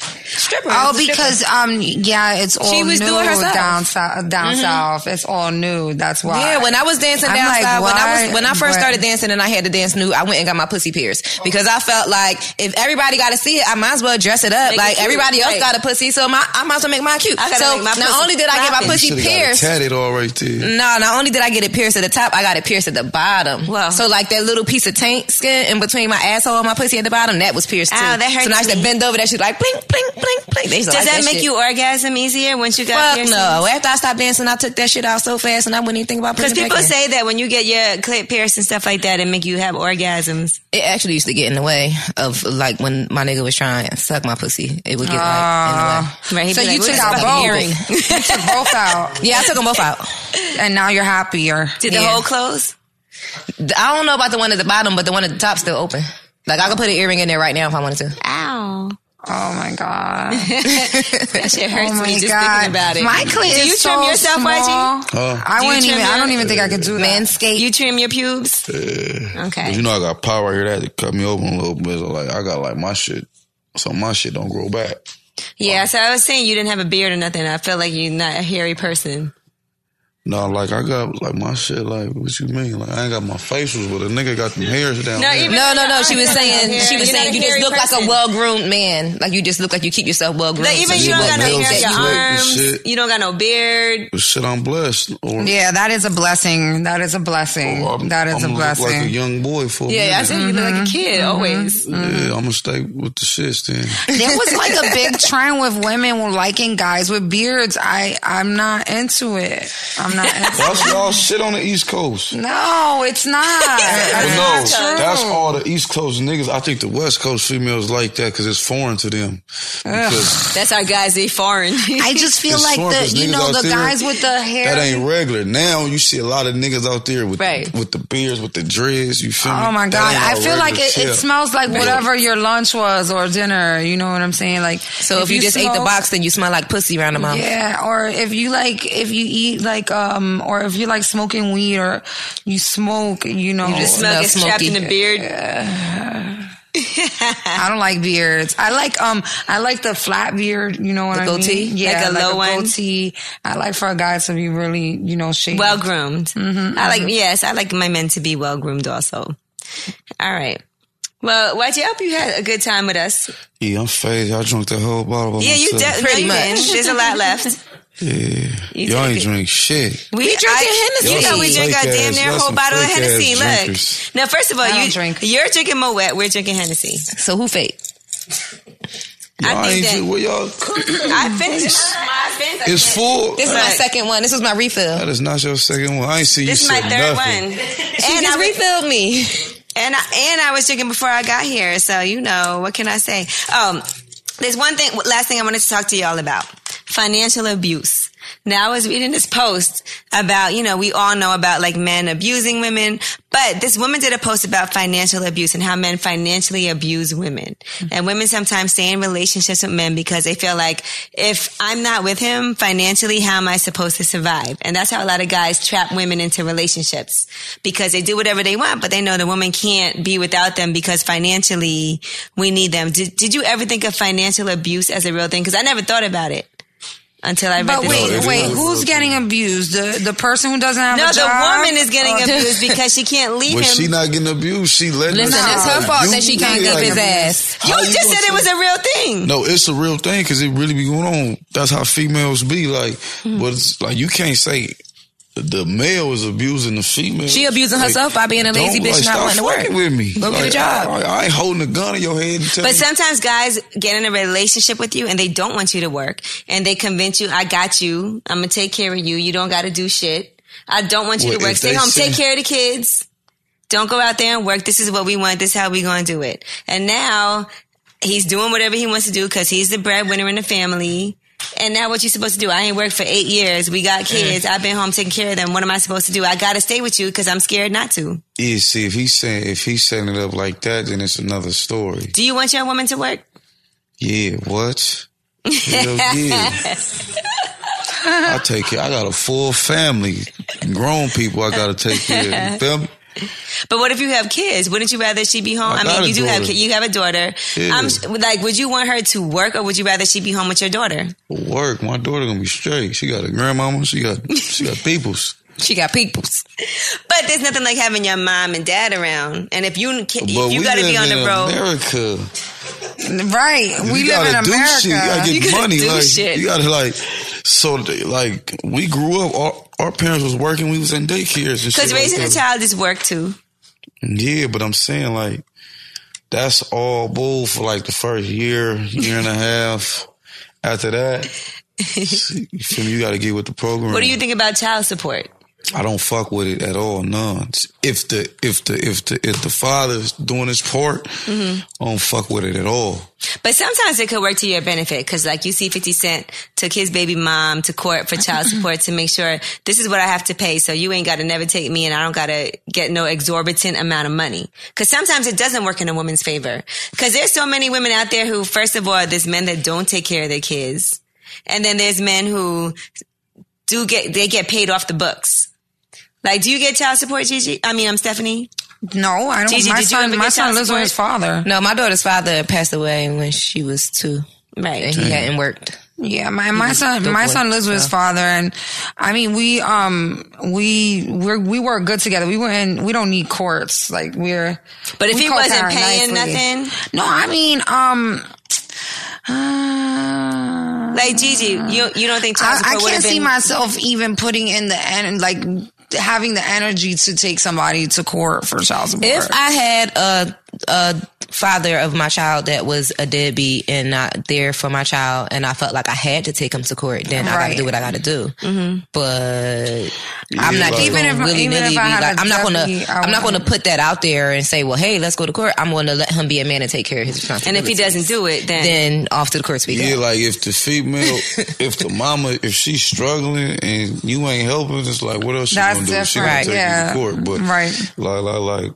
G: Stripper.
B: Oh, because um, yeah, it's all
G: was
B: new
G: doing herself.
B: down south. Down
E: Mm-hmm.
B: south, it's all new. That's why.
G: Yeah, when I was dancing
B: I'm
G: down
B: like,
G: south, when I was
B: why-
G: when I first
B: but-
G: started dancing and I had to dance nude, I went and got my pussy pierced because I felt like if everybody got to see it, I might as well dress it up.
E: Make it
G: like
E: cute,
G: everybody else
E: right.
G: got a pussy, so my, I might as well make mine cute.
E: I gotta
G: So
E: make my
G: not
E: pussy
G: only did I get my
E: clapping.
G: pussy Mm.
D: Shoulda got it
G: pierced,
D: tatted all right there.
G: No, not only did I get it pierced at the top, I got it pierced at the bottom.
E: Wow.
G: So like that little piece of taint skin in between my asshole and my pussy at the bottom, that was pierced too.
E: Ow, Ah, that hurts
G: so now I used to
E: me.
G: bend over that shit like blink, blink, blink, blink. They used to
E: does
G: like
E: that make
G: shit.
E: you orgasm easier once you got
G: Fuck
E: piercings?
G: no. After I stopped dancing, I took that shit out so fast and I wouldn't even think about
E: Because
G: putting it
E: people
G: back in.
E: say that when you get your clit pierced and stuff like that, it make you have orgasms.
G: It actually used to get in the way of like when my nigga was trying to suck my pussy. It would get like in the way.
E: Ah. Right, he'd
G: so
E: be like,
G: you
E: "What
G: took
E: is
G: out
E: this
G: both.
E: fucking
B: earring?" you took both out,
G: Yeah, I took them both out.
B: and now you're happier.
E: Did the
G: Yeah.
E: hole close?
G: I don't know about the one at the bottom, but the one at the top's still open. Like I could put an earring in there right now if I wanted to.
E: Ow.
B: Oh my god.
E: That shit hurts
B: Oh my
E: me just
B: god.
E: thinking about it.
B: My clit
E: Do you
B: is
E: trim
B: so
E: yourself,
B: small.
E: YG?
D: Huh?
B: I
E: Do you
B: wouldn't
E: trim
B: even. I
E: your-
B: don't even think I could do that.
G: Manscaped.
E: You trim your pubes? Okay.
D: You know I got power right here that had to cut me open a little bit. So like I got like my shit, so my shit don't grow back.
E: yeah, so I was saying you didn't have a beard or nothing. I feel like you're not a hairy person.
D: No, like I got like my shit. Like what you mean? Like I ain't got my facials, but a nigga got them hairs down.
E: No,
D: there.
E: even-
G: No, no, no. She was saying she was
E: You're not
G: saying
E: a
G: you just
E: hairy
G: look like
E: person.
G: a well groomed man. Like you just look like you keep yourself well groomed.
E: Like, even
D: you
E: you don't
D: got
E: got no
D: nails
E: hair
D: that
E: on
D: you-
E: your arms.
D: and shit.
E: You don't got no beard.
D: shit, I'm blessed. Or,
B: Yeah, that is a blessing. That is a blessing.
D: or Oh, I'm,
B: that is
D: I'm
B: a
D: look
B: blessing.
D: like a young boy for a
G: yeah, I
D: minute.
G: said you
D: Mm-hmm.
G: look like a kid always.
B: Mm-hmm.
D: Yeah, I'm gonna stay with the shits then.
B: there was like a big trend with women liking guys with beards. I I'm not into it. I'm not into it.
D: That's y'all shit on the East Coast.
B: No, it's not.
D: But
B: That's
D: no,
B: not true.
D: that's all the East Coast niggas. I think the West Coast females like that because it's foreign to them. Because
E: That's our guys, they foreign.
B: I just feel
D: It's
B: like
D: foreign 'cause
B: the you
D: niggas
B: know
D: out
B: the
D: there,
B: guys with the hair.
D: that ain't regular. Now you see a lot of niggas out there with
G: Right.
D: with the beards, with the dreads. You feel me?
B: Oh my
D: That
B: god!
D: ain't
B: I
D: no
B: feel like
D: regular
B: it, it
D: shit.
B: smells like whatever your lunch was or dinner. You know what I'm saying? Like
G: So if, you, just ate the
B: smoke-
G: box, then you smell like pussy around the mouth.
B: Yeah, or if you like, if you eat like, um, or if you like smoking weed or you smoke, you know, uh,
G: You just
E: Smell gets
G: smell
E: trapped
G: smoky.
E: in the beard.
B: I don't like beards. I like um I like the flat beard, you know what I
G: goatee?
B: mean? Yeah,
E: Like a low one?
B: goatee. I like for a guy to be really, you know, shaped.
E: Well groomed.
G: Mm-hmm,
E: I like, yes, I like my men to be well groomed also. All right. Well, YG, I hope you had a good time with us.
D: Yeah, I'm faded. I drank the whole bottle by
E: Yeah, you
D: myself.
E: de- pretty much. There's a lot left.
D: yeah. Y'all ain't drink shit.
E: We, drink
D: Hennessy.
E: You know, we
D: Y'all
E: drink
D: some
E: our damn
D: fake
E: near
D: ass-
E: whole
D: y'all
E: bottle of
D: some fake
E: Hennessy.
D: ass
E: Look.
D: drinkers.
E: Now, first of all,
B: I don't
E: you,
B: drink.
E: you're drinking Moet. We're drinking Hennessy.
G: So who fake?
D: Y'all
E: I think
D: ain't
E: that
D: drink. Well, y'all.
E: I finished. I finished.
D: It's full.
G: This is my
E: Right.
G: second one. This was my refill.
D: That is not your second one. I ain't see you
E: This is my
D: sip
E: third
D: nothing.
E: one. And
G: She
E: I,
G: just
E: was-
G: refilled me.
E: and I and I was drinking before I got here, so you know what can I say? Um, there's one thing. Last thing I wanted to talk to y'all about financial abuse. Now I was reading this post about you know we all know about like men abusing women, but this woman did a post about financial abuse and how men financially abuse women, and women sometimes stay in relationships with men because they feel like if I'm not with him financially, how am I supposed to survive? And that's how a lot of guys trap women into relationships because they do whatever they want, but they know the woman can't be without them because financially we need them. Did, did you ever think of financial abuse as a real thing? Because I never thought about it until I read
B: but
D: No,
E: this.
B: wait,
D: it's
B: wait,
D: not.
B: who's getting abused? The the person who doesn't have
E: no,
B: a
E: the
B: job. Oh.
E: woman is getting
B: Or-
E: abused because she can't leave
D: When
E: him.
D: she not getting abused, she letting
G: Listen,
D: herself
G: that's her
D: get
G: fault that
D: abused.
G: she can't
D: Yeah,
G: give his
D: like,
G: ass.
D: how
E: you just
D: gonna
E: said it
D: say-
E: was a real thing.
D: No, it's a real thing because it really be going on. That's how females be like.
G: Mm-hmm.
D: But it's like you can't say the male is abusing the female.
G: She abusing
D: Like,
G: herself by being a lazy
D: don't,
G: bitch
D: like,
G: not
D: stop
G: wanting to
D: fucking
G: work.
D: with me.
G: Go get a
D: Like,
G: job.
D: I, I ain't holding a gun in your head. And
E: But
D: but
E: sometimes guys get in a relationship with you and they don't want you to work and they convince you, I got you. I'm going to take care of you. You don't got to do shit. I don't want you
D: Well,
E: to work.
D: if
E: Stay
D: they
E: home.
D: say-
E: take care of the kids. Don't go out there and work. This is what we want. This is how we going to do it. And now he's doing whatever he wants to do because he's the breadwinner in the family. And now what you supposed to do? I ain't worked for eight years. We
D: Mm-hmm.
E: got kids. I've been home taking care of them. What am I supposed to do? I got to stay with you because I'm scared not to.
D: yeah, see if he's saying if he's setting it up like that, then it's another story.
E: Do you want your woman to work?
D: Yeah, what? Hell yeah. I take care. I got a full family, grown people. I gotta take care. of. You feel me?
E: But what if you have kids? Wouldn't you rather she be home?
D: I
E: I,
D: got a
E: mean, you do have
D: daughter.
E: ki- you have a daughter.
D: Yeah.
E: I'm s- like, would you want her to work, or would you rather she be home with your daughter?
D: Work. My daughter gonna be straight. She got a grandmama. She got she got peoples.
G: She got peoples.
E: But there's nothing like having your mom and dad around. And if you ca-
D: But
E: if you
D: we
E: got to be
D: live
E: on the
D: in
E: road,
D: America.
B: Right. We
D: you
B: live
D: gotta
B: in
D: do
B: America.
D: shit. You gotta
E: You
D: get
E: gotta
D: money.
E: do
D: like
E: shit.
D: you gotta like. So they- like we grew up. Our, our parents was working. We was in daycares and shit.
E: because
D: like
E: raising
D: that.
E: a child is work too.
D: Yeah, but I'm saying like that's all bull for like the first year, year and a half. After that, you feel me? You got to get with the program.
E: What do you think about child support?
D: I don't fuck with it at all. None. If the if the if the if the father's doing his part,
B: Mm-hmm.
D: I don't fuck with it at all.
E: But sometimes it could work to your benefit because, like, you see 50 Cent took his baby mom to court for child support to make sure this is what I have to pay. So you ain't got to never take me and I don't got to get no exorbitant amount of money. Because sometimes it doesn't work in a woman's favor. Because there's so many women out there who, first of all, there's men that don't take care of their kids. And then there's men who do get, they get paid off the books. Like, do you get child support, Gigi? I mean, I'm Stephanie.
B: No, I don't.
E: Gigi,
B: my
E: did you ever
B: son, my
E: get
B: son
E: child
B: lives with
E: support?
B: his father.
G: No, my daughter's father passed away when she was two,
E: Right.
G: and he hadn't worked.
B: Yeah, my my son
G: the
B: my son
G: work,
B: lives with his
G: so.
B: father, and I mean we um we we're, we work good together. We were in we don't need courts like we're.
E: But if
B: we
E: he wasn't
B: co-parent
E: paying
B: nicely.
E: nothing.
B: no, I mean um. uh,
E: Like Gigi, you you don't think child
B: I, I
E: support would
B: can't
E: have been?
B: see myself even putting in the en- like having the energy to take somebody to court for child support.
G: If I had a a father of my child that was a deadbeat and not there for my child, and I felt like I had to take him to court, then I got to
B: Right.
G: do what I got to do. But I'm
D: like-
G: not just
B: if- even
D: Even
G: even if, willy
B: if
G: nilly.
B: I had
G: like,
B: a
G: I'm not gonna
B: deadbeat, I
G: I'm not gonna
B: wouldn't.
G: put that out there and say, well, hey, let's go to court. I'm gonna let him be a man and take care of his
E: And
G: responsibility.
E: if he doesn't do it, then,
G: then off to the courts we go.
D: Yeah, like if the female, if the mama, if she's struggling and you ain't helping, it's like what else she
B: That's
D: gonna do? She gonna
B: different,
D: take
B: yeah.
D: you to court, but
B: Right.
D: like, like, like,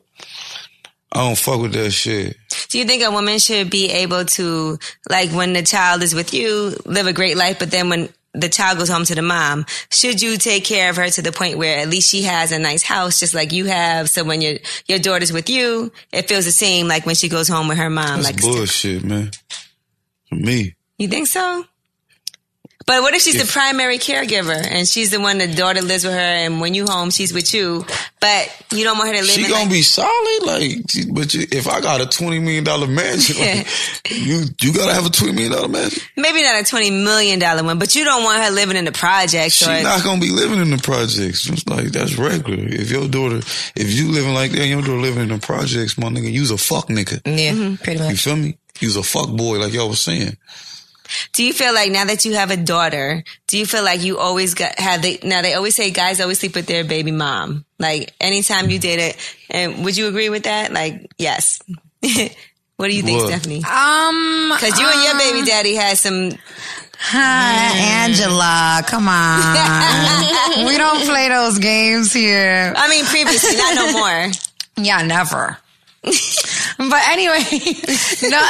D: I don't fuck with that shit.
E: do you think a woman should be able to, like, when the child is with you, live a great life, but then when the child goes home to the mom, should you take care of her to the point where at least she has a nice house, just like you have? So when your your daughter's with you, it feels the same like when she goes home with her mom.
D: That's
E: like
D: bullshit, man. For me,
E: you think so? But what if she's the primary caregiver and she's the one the daughter lives with her, and when you home, she's with you, but you don't want her to live.
D: she
E: in
D: gonna
E: like,
D: be solid, like. she- But you, if I got a twenty million dollar mansion, like, you you gotta have a twenty million dollar mansion.
E: maybe not a twenty million dollar one, but you don't want her living in the projects.
D: She
E: or
D: not gonna be living in the projects. It's like that's regular. If your daughter, if you living like that, your daughter living in the projects, my nigga, you's a fuck nigga.
G: Yeah, pretty
D: You
G: much.
D: feel me? You's a fuck boy, like y'all was saying.
E: Do you feel like now that you have a daughter, do you feel like you always got have the now they always say guys always sleep with their baby mom. Like anytime you date it and would you agree with that? Like yes. what do you think,
D: What?
E: Stephanie?
B: Um,
E: Because you and your baby daddy had some
B: Hi, Angela, come on. we don't play those games here.
E: I mean previously, not no more.
B: Yeah, never. but anyway, no,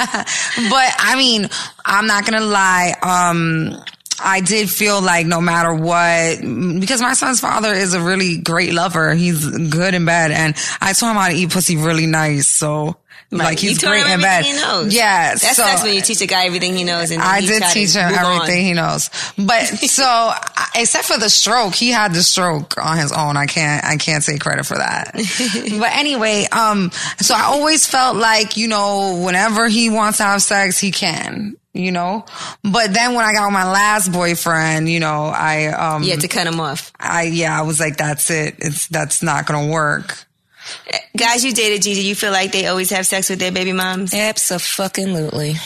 B: but I mean, I'm not gonna lie. Um, I did feel like no matter what, because my son's father is a really great lover. He's good in bed, and I taught him how to eat pussy really nice. So, like,
E: You
B: he's
E: taught him
B: great in
E: everything
B: bed.
E: he knows.
B: Yeah,
E: That
B: so,
E: sucks when you teach a guy everything he knows and then
B: I
E: he
B: did
E: try to
B: teach him
E: move on.
B: everything he knows. But so, I- except for the stroke, he had the stroke on his own. I can't, I can't take credit for that. but anyway, um, so I always felt like, you know, whenever he wants to have sex, he can. You know, but then when I got with my last boyfriend, you know, I um,
E: You had to cut him off.
B: I yeah, I was like, that's it. It's that's not gonna work.
E: Guys you dated, Gigi, you feel like they always have sex with their baby moms?
G: Absolutely.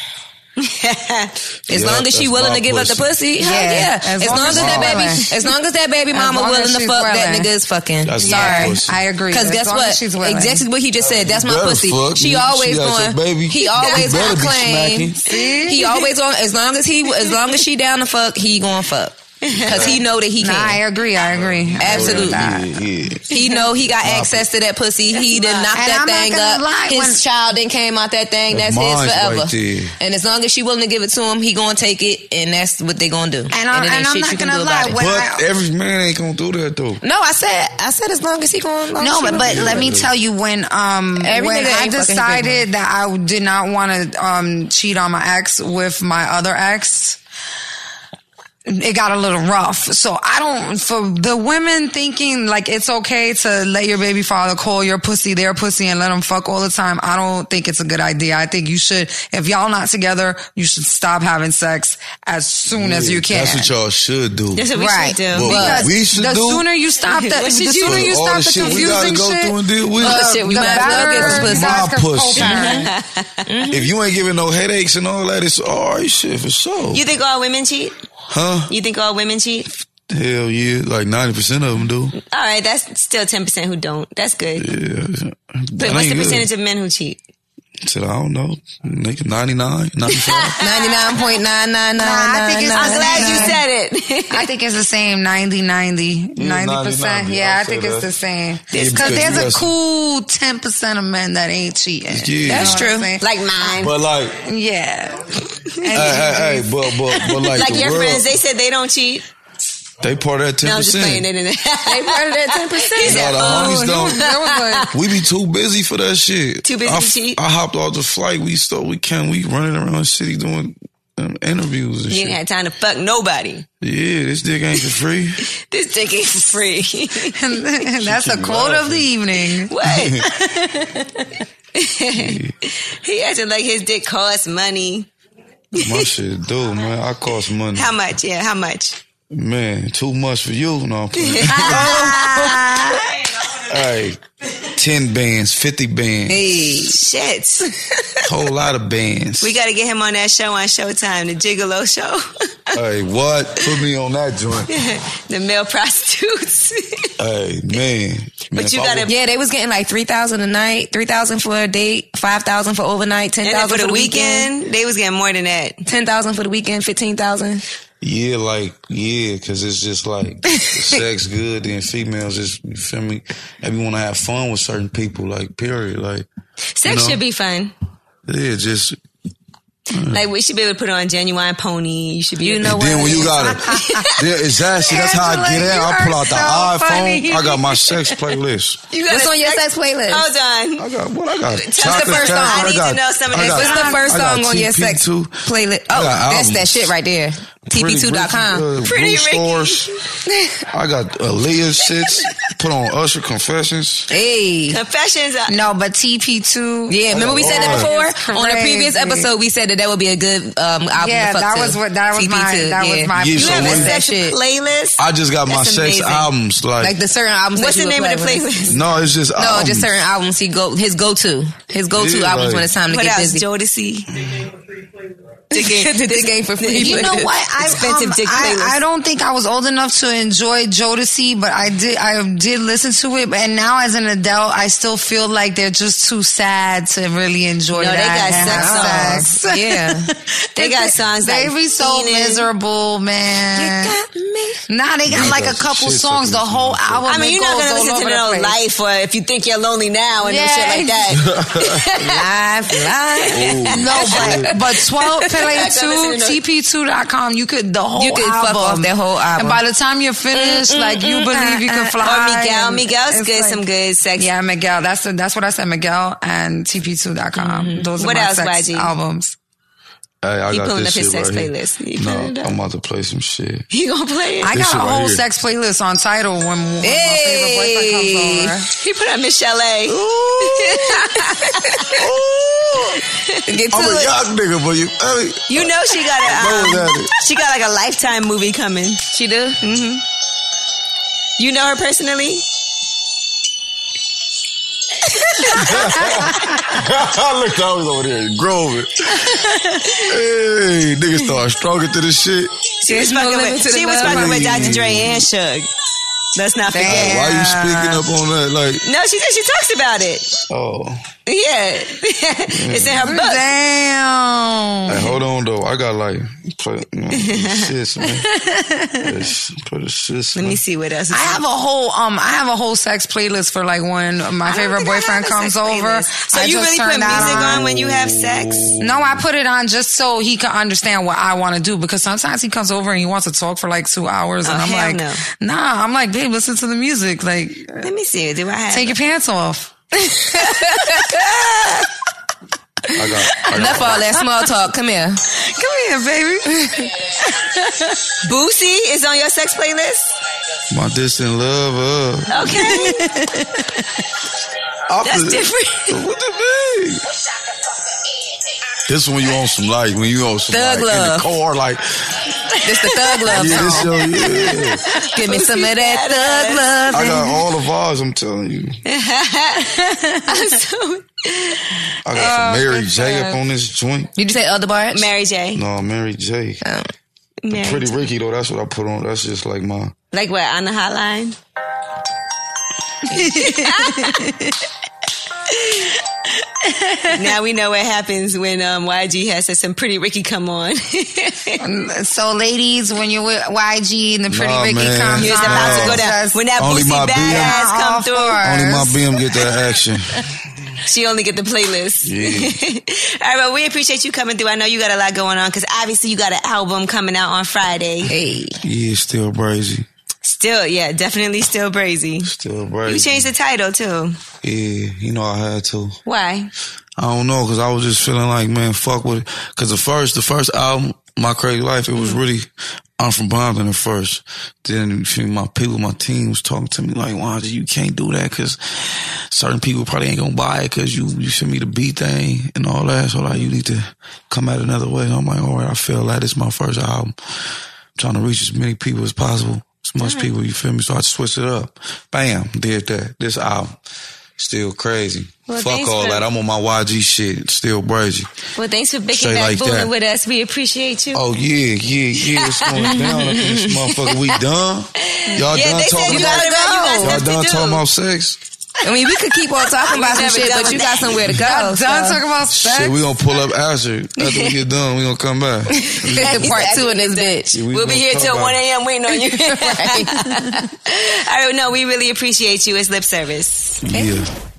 D: As
G: long as she willing to give up the pussy, hell
B: Yeah,
G: yeah.
B: as
G: As,
B: long
G: long,
B: as
G: as that
B: she's
G: baby,
B: willing.
G: as long as that baby mama
B: long as
G: willing to
B: she's
G: fuck, that
B: willing.
G: nigga is fucking.
D: That's
B: Sorry,
D: my pussy.
B: I agree.
G: Because
B: As
G: guess
B: long as
G: what?
B: she's willing.
G: Exactly what he just said. That's my
D: better
G: pussy.
D: fuck,
G: she
D: nigga. She
G: always
D: got your
G: going.
D: baby.
G: He
D: You
G: always
D: better
G: going
D: be
G: claim.
D: smacking.
G: He always on. As long as he, as long as she down to fuck, he going to fuck. Because he know that he
B: Nah, I
G: can.
B: agree. I agree. I agree with
G: Absolutely.
B: that.
D: Yeah, yeah.
G: He know he got access to that pussy. He done knocked
B: And
G: that
B: I'm not
G: thing
B: gonna
G: up.
B: lie,
G: his
B: when-
G: child then came out that thing. That's
D: Mine's
G: his
D: right
G: forever.
D: there.
G: and as long as she willing to give it to him, he gonna take it, and that's what they gonna do.
B: And I'm-
G: it ain't
B: and I'm
G: shit
B: not
G: you can
B: gonna
G: do about
B: lie,
G: it.
B: when I-
D: But every man ain't gonna do that though.
G: No, I said, I said, as long as he going.
B: No, but, but let me tell you when um
G: Every
B: when
G: nigga
B: I
G: ain't fucking big
B: decided that I did not want to um cheat on my ex with my other ex. It got a little rough. So I don't, for the women thinking like it's okay to let your baby father call your pussy their pussy and let him fuck all the time. I don't think it's a good idea. I think you should, if y'all not together, you should stop having sex as soon as you can.
D: That's what y'all should do.
E: That's what we
B: Right.
E: should do.
D: Well,
B: Because
D: we should
B: the
D: do-
B: sooner you stop that, the
E: What should you
B: sooner
E: do?
B: you
D: All
B: stop
D: the
B: the
D: shit we gotta
B: confusing
D: go through and
B: shit.
D: deal with.
B: the-
G: Shit, we
B: the
G: might as well get
B: better
G: some pussy.
B: you guys
D: My
B: can
D: pussy. Mm-hmm.
B: co-parent.
D: if you ain't giving no headaches and all that, it's all right shit for sure.
E: You think all women cheat?
D: huh?
E: You think all women cheat?
D: Hell yeah, like ninety percent of them do.
E: All right, that's still ten percent who don't. That's good.
D: Yeah,
E: But what's the percentage of men who cheat?
D: Said, I don't know, nigga, 99, 95.
G: ninety nine point nine nine nine
B: I think it's-
G: nine
E: I'm
G: nine.
E: glad you
B: nine.
E: said it.
B: I think it's the same 90 90 90 percent
D: 90.
B: yeah
D: I'll
B: I think
D: say
B: it's
D: that.
B: the same
D: Yeah,
B: because
D: because
B: there's
D: you
B: a
D: got some-
B: cool 10 percent of men that ain't cheating
D: Yeah. That's
B: what I'm
G: true.
B: saying?
E: like mine.
D: but like,
B: yeah
D: hey, hey, hey, but but but like,
E: like
D: the
E: your
D: world,
E: friends, they said they don't cheat.
D: they part of that ten
E: No, I'm just playing.
D: percent.
E: They
D: No,
E: didn't.
G: part of that ten percent.
D: the homies don't.
B: That was like-
D: We be too busy for that shit.
E: Too busy
D: I,
E: to cheat?
D: I hopped off the flight. We stole. We can. We running around the city doing um, interviews and
E: you
D: shit.
E: didn't have time to fuck nobody.
D: Yeah, this dick ain't for free.
E: This dick ain't free.
B: that's the quote of the evening
E: what? he acting like his dick costs money.
D: My shit, dude, man. I cost money.
E: How much? Yeah, how much?
D: Man, too much for you. No, I'm playing. hey, 10 bands, 50 bands,
E: Shit.
D: whole lot of bands.
E: We got to get him on that show on Showtime, the Gigolo show,
D: hey, what? Put me on that joint.
E: the male prostitutes.
D: hey, man. man
E: but you
D: if I
E: got to
G: Yeah, they was getting like three thousand a night, three thousand for a date, five thousand for overnight, ten
E: And then
G: thousand
E: for the weekend, they was getting more than that.
G: ten thousand for the weekend, fifteen thousand.
D: Yeah, like yeah, because it's just like sex good, then females just you feel me. Maybe want to have fun with certain people, like period. Like
E: Sex
D: No.
E: should be fun.
D: yeah, just
E: Like we should be able to put on genuine pony. Mm. You should be.
B: You
E: able to-
B: know what?
D: Then when you got it, yeah, exactly. That's how I get
B: Angela,
D: out.
B: you
D: I pull
B: are
D: out the
B: so
D: iPhone.
B: funny.
D: I got my sex playlist.
E: You Oh, got
G: What's
E: a
G: on your
E: sex-
G: sex playlist?
E: Hold on.
D: I got what I got.
E: the first song. I need to know some of this.
G: What's the first
D: I got
G: song on your
D: TP
G: sex
D: too.
G: playlist? Oh,
D: got
G: that's that
D: albums. uh,
G: shit right there. TP2.com.
E: Uh,
D: Pretty Ricky. I got Aaliyah shits. Put on Usher Confessions.
G: Hey.
E: Confessions. uh,
B: No, but TP2.
G: Yeah, remember we said
D: Oh,
G: that
B: Lord.
G: before on the previous
B: Crazy.
G: episode. We said that that would be a good um, album.
B: Yeah,
G: to fuck
B: that
G: to.
B: was what- that was my-
G: TP2,
B: that was
G: yeah.
B: my-
D: Yeah,
B: You
D: so
E: You have
D: when,
E: a
G: that
E: sex
G: shit.
E: playlist.
D: I just got my
E: That's
D: sex
E: amazing.
D: albums. Like,
G: like the certain albums.
E: What's
G: that
E: the
G: you would
E: name of the
G: play when it's-
E: playlist?
D: no, it's just
G: No,
D: albums.
G: just certain albums. He go his go to his go to
D: Yeah,
G: albums
D: like-
G: when it's time to
E: What
G: get
E: else?
G: busy.
E: Jodeci.
G: Dick game, Dick game for free.
B: You know what? I,
E: Expensive
B: um,
E: dick playlist.
B: I, I don't think I was old enough to enjoy Jodeci, but I did. I did listen to it, and now as an adult, I still feel like they're just too sad to really enjoy
E: No, they got sex
B: that.
E: songs.
B: and have
G: Yeah.
E: They got songs
B: They
E: like
B: be so
E: Feeling.
B: miserable, man. Nah, they got
D: These
B: like
D: are
B: a couple
D: shit
B: songs. The
D: suckers,
B: whole
D: man.
B: album.
E: I mean,
B: it
E: you're not
B: goes
E: gonna
B: all
E: listen to
B: over the
E: no
B: place.
E: life or if you think you're lonely now and no
B: Yeah,
E: shit like that.
G: Live, live.
B: No, but but twelve play two tp two dot com. You could the whole
G: You could fuck
B: album.
G: off that whole album.
B: And by the time you're finished, like you believe you can fly.
E: Or Uh, uh-uh. Oh, Miguel.
B: and
E: Miguel's
B: it's
E: good.
B: like-
E: Some good sex.
B: Yeah, Miguel. That's the, that's what I said. Miguel and tp2.com. dot com. Those are
E: What
B: my
E: else,
B: sex
E: YG?
B: albums.
D: Hey, I
E: He
D: got
E: pulling
D: this
E: up his
D: shit
E: sex
D: right
E: playlist. He
D: Here.
E: pulling it
D: No,
E: up.
D: I'm about to play some shit.
E: He gonna play it.
B: I
D: This
B: got
D: shit
B: a
D: right
B: whole
D: here.
B: sex playlist on title when, when my favorite boyfriend comes over.
E: He put on Michelle. A.
G: Get to
D: I'm a
G: it.
D: yacht nigga, but you, hey,
E: You know she got
D: Throw
E: a.
D: it
E: Um,
D: at it.
E: she got like a lifetime movie coming. Mm-hmm.
G: She do.
E: You know her personally.
D: I looked, I was over there groving. hey, niggas start stroking to this shit.
E: She was
G: no
E: fucking
G: limit
E: with.
G: to the
E: She was
G: love.
E: fucking with
D: Please.
E: Dr. Dre and Suge. Let's not forget.
D: Why you speaking up on that? Like,
E: No, she said she talks about it.
D: oh.
E: Yeah,
B: Mm.
E: it's in her book.
B: Damn.
D: Hey, hold on though. I got like play you know, shits, man. Yes, Play the shits.
E: Let
D: man.
E: me see what else. Is
B: I have a whole um I have a whole sex playlist for like when my favorite
E: think I
B: boyfriend
E: have a
B: comes
E: sex
B: over.
E: playlist. So
B: I
E: you
B: just
E: really put
B: turn
E: music
B: that on.
E: on when you have sex?
B: No, I put it on just so he can understand what I want to do because sometimes he comes over and he wants to talk for like two hours and
E: Oh,
B: I'm
E: hell
B: like,
E: no.
B: nah, I'm like, babe, listen to the music. Like,
E: Let me see. Do I have?
B: take your pants off.
D: I got. I got
G: Enough all that small talk. Come here.
B: Come here, baby.
E: Boosie is on your sex playlist.
D: my distant love. Uh,
E: Okay, that's
D: opposite.
E: different.
D: What the big? This one you on some like when you on some
G: Thug
D: like, in the
G: love.
D: car like
G: This the thug love
D: yeah this
G: song.
D: your yeah.
G: Give me some of that
D: I
G: thug love.
D: got all of ours. I'm telling you. I
E: Oh,
D: got some Mary J up on this joint.
G: Did you say other bars?
E: Mary J.
D: No, Mary J.
E: Mary
D: Pretty Ricky though. That's what I put on. That's just like my.
E: Like what on the hotline? now we know what happens when um, YG has said some pretty Ricky come on.
B: so, ladies, when you're with YG and the pretty
D: Nah,
B: Ricky
D: man.
B: comes,
E: He was
D: Nah.
E: about to
B: on,
E: go down
B: just
E: when that
D: Only my
E: boosie
D: beard.
E: badass
B: Nah,
E: come
B: all
E: through.
B: four.
D: Only my BM get that action.
E: She only get the playlist. All right, well, we appreciate you coming through. I know you got a lot going on because obviously you got an album coming out on Friday.
G: Hey.
D: Yeah, still brazy.
E: Still, yeah, definitely still brazy.
D: Still brazy.
E: You changed the title too.
D: Yeah, you know I had to.
E: Why?
D: I don't know because I was just feeling like, man, fuck with it. Because the first, the first album, My Crazy Life, it was really, I'm from Bombing at first. Then you feel me, my people, my team was talking to me like, why you can't do that? Because certain people probably ain't gonna buy it because you, you feel me, the beat thing and all that. So like, you need to come at it another way. And I'm like, all right, I feel like it's my first album. I'm trying to reach as many people as possible, as much people. You feel me? So I switched it up. Bam, did that. This album. Still crazy. Fuck
E: thanks
D: all
E: for-
D: that. I'm on my YG shit. Still brazy.
E: Well, thanks for baking
D: Straight
E: that
D: like
E: booty
D: that.
E: with us. We appreciate you.
D: Oh yeah, yeah, yeah. It's going down up in this motherfucker. We done. Y'all
E: yeah,
D: done
E: they said
D: talking
E: you
D: about
E: got
G: go.
E: about
D: y'all
E: you got
D: done
E: stuff to do.
D: talking about sex.
G: I mean, we could keep on talking about some
E: Never
G: shit,
E: done
G: but you
E: with
G: got
E: that.
G: somewhere to go.
B: I'm done
G: so.
B: talking about sex.
D: Shit, we gonna pull up after after we get done. We gonna come back.
G: Get the part two in this bitch.
D: Yeah,
E: We'll
D: gonna
E: be here
D: talk
E: till
D: about
E: 1
D: it.
E: a.m. waiting on you. All right, no, we really appreciate you. It's lip service.
D: Yeah.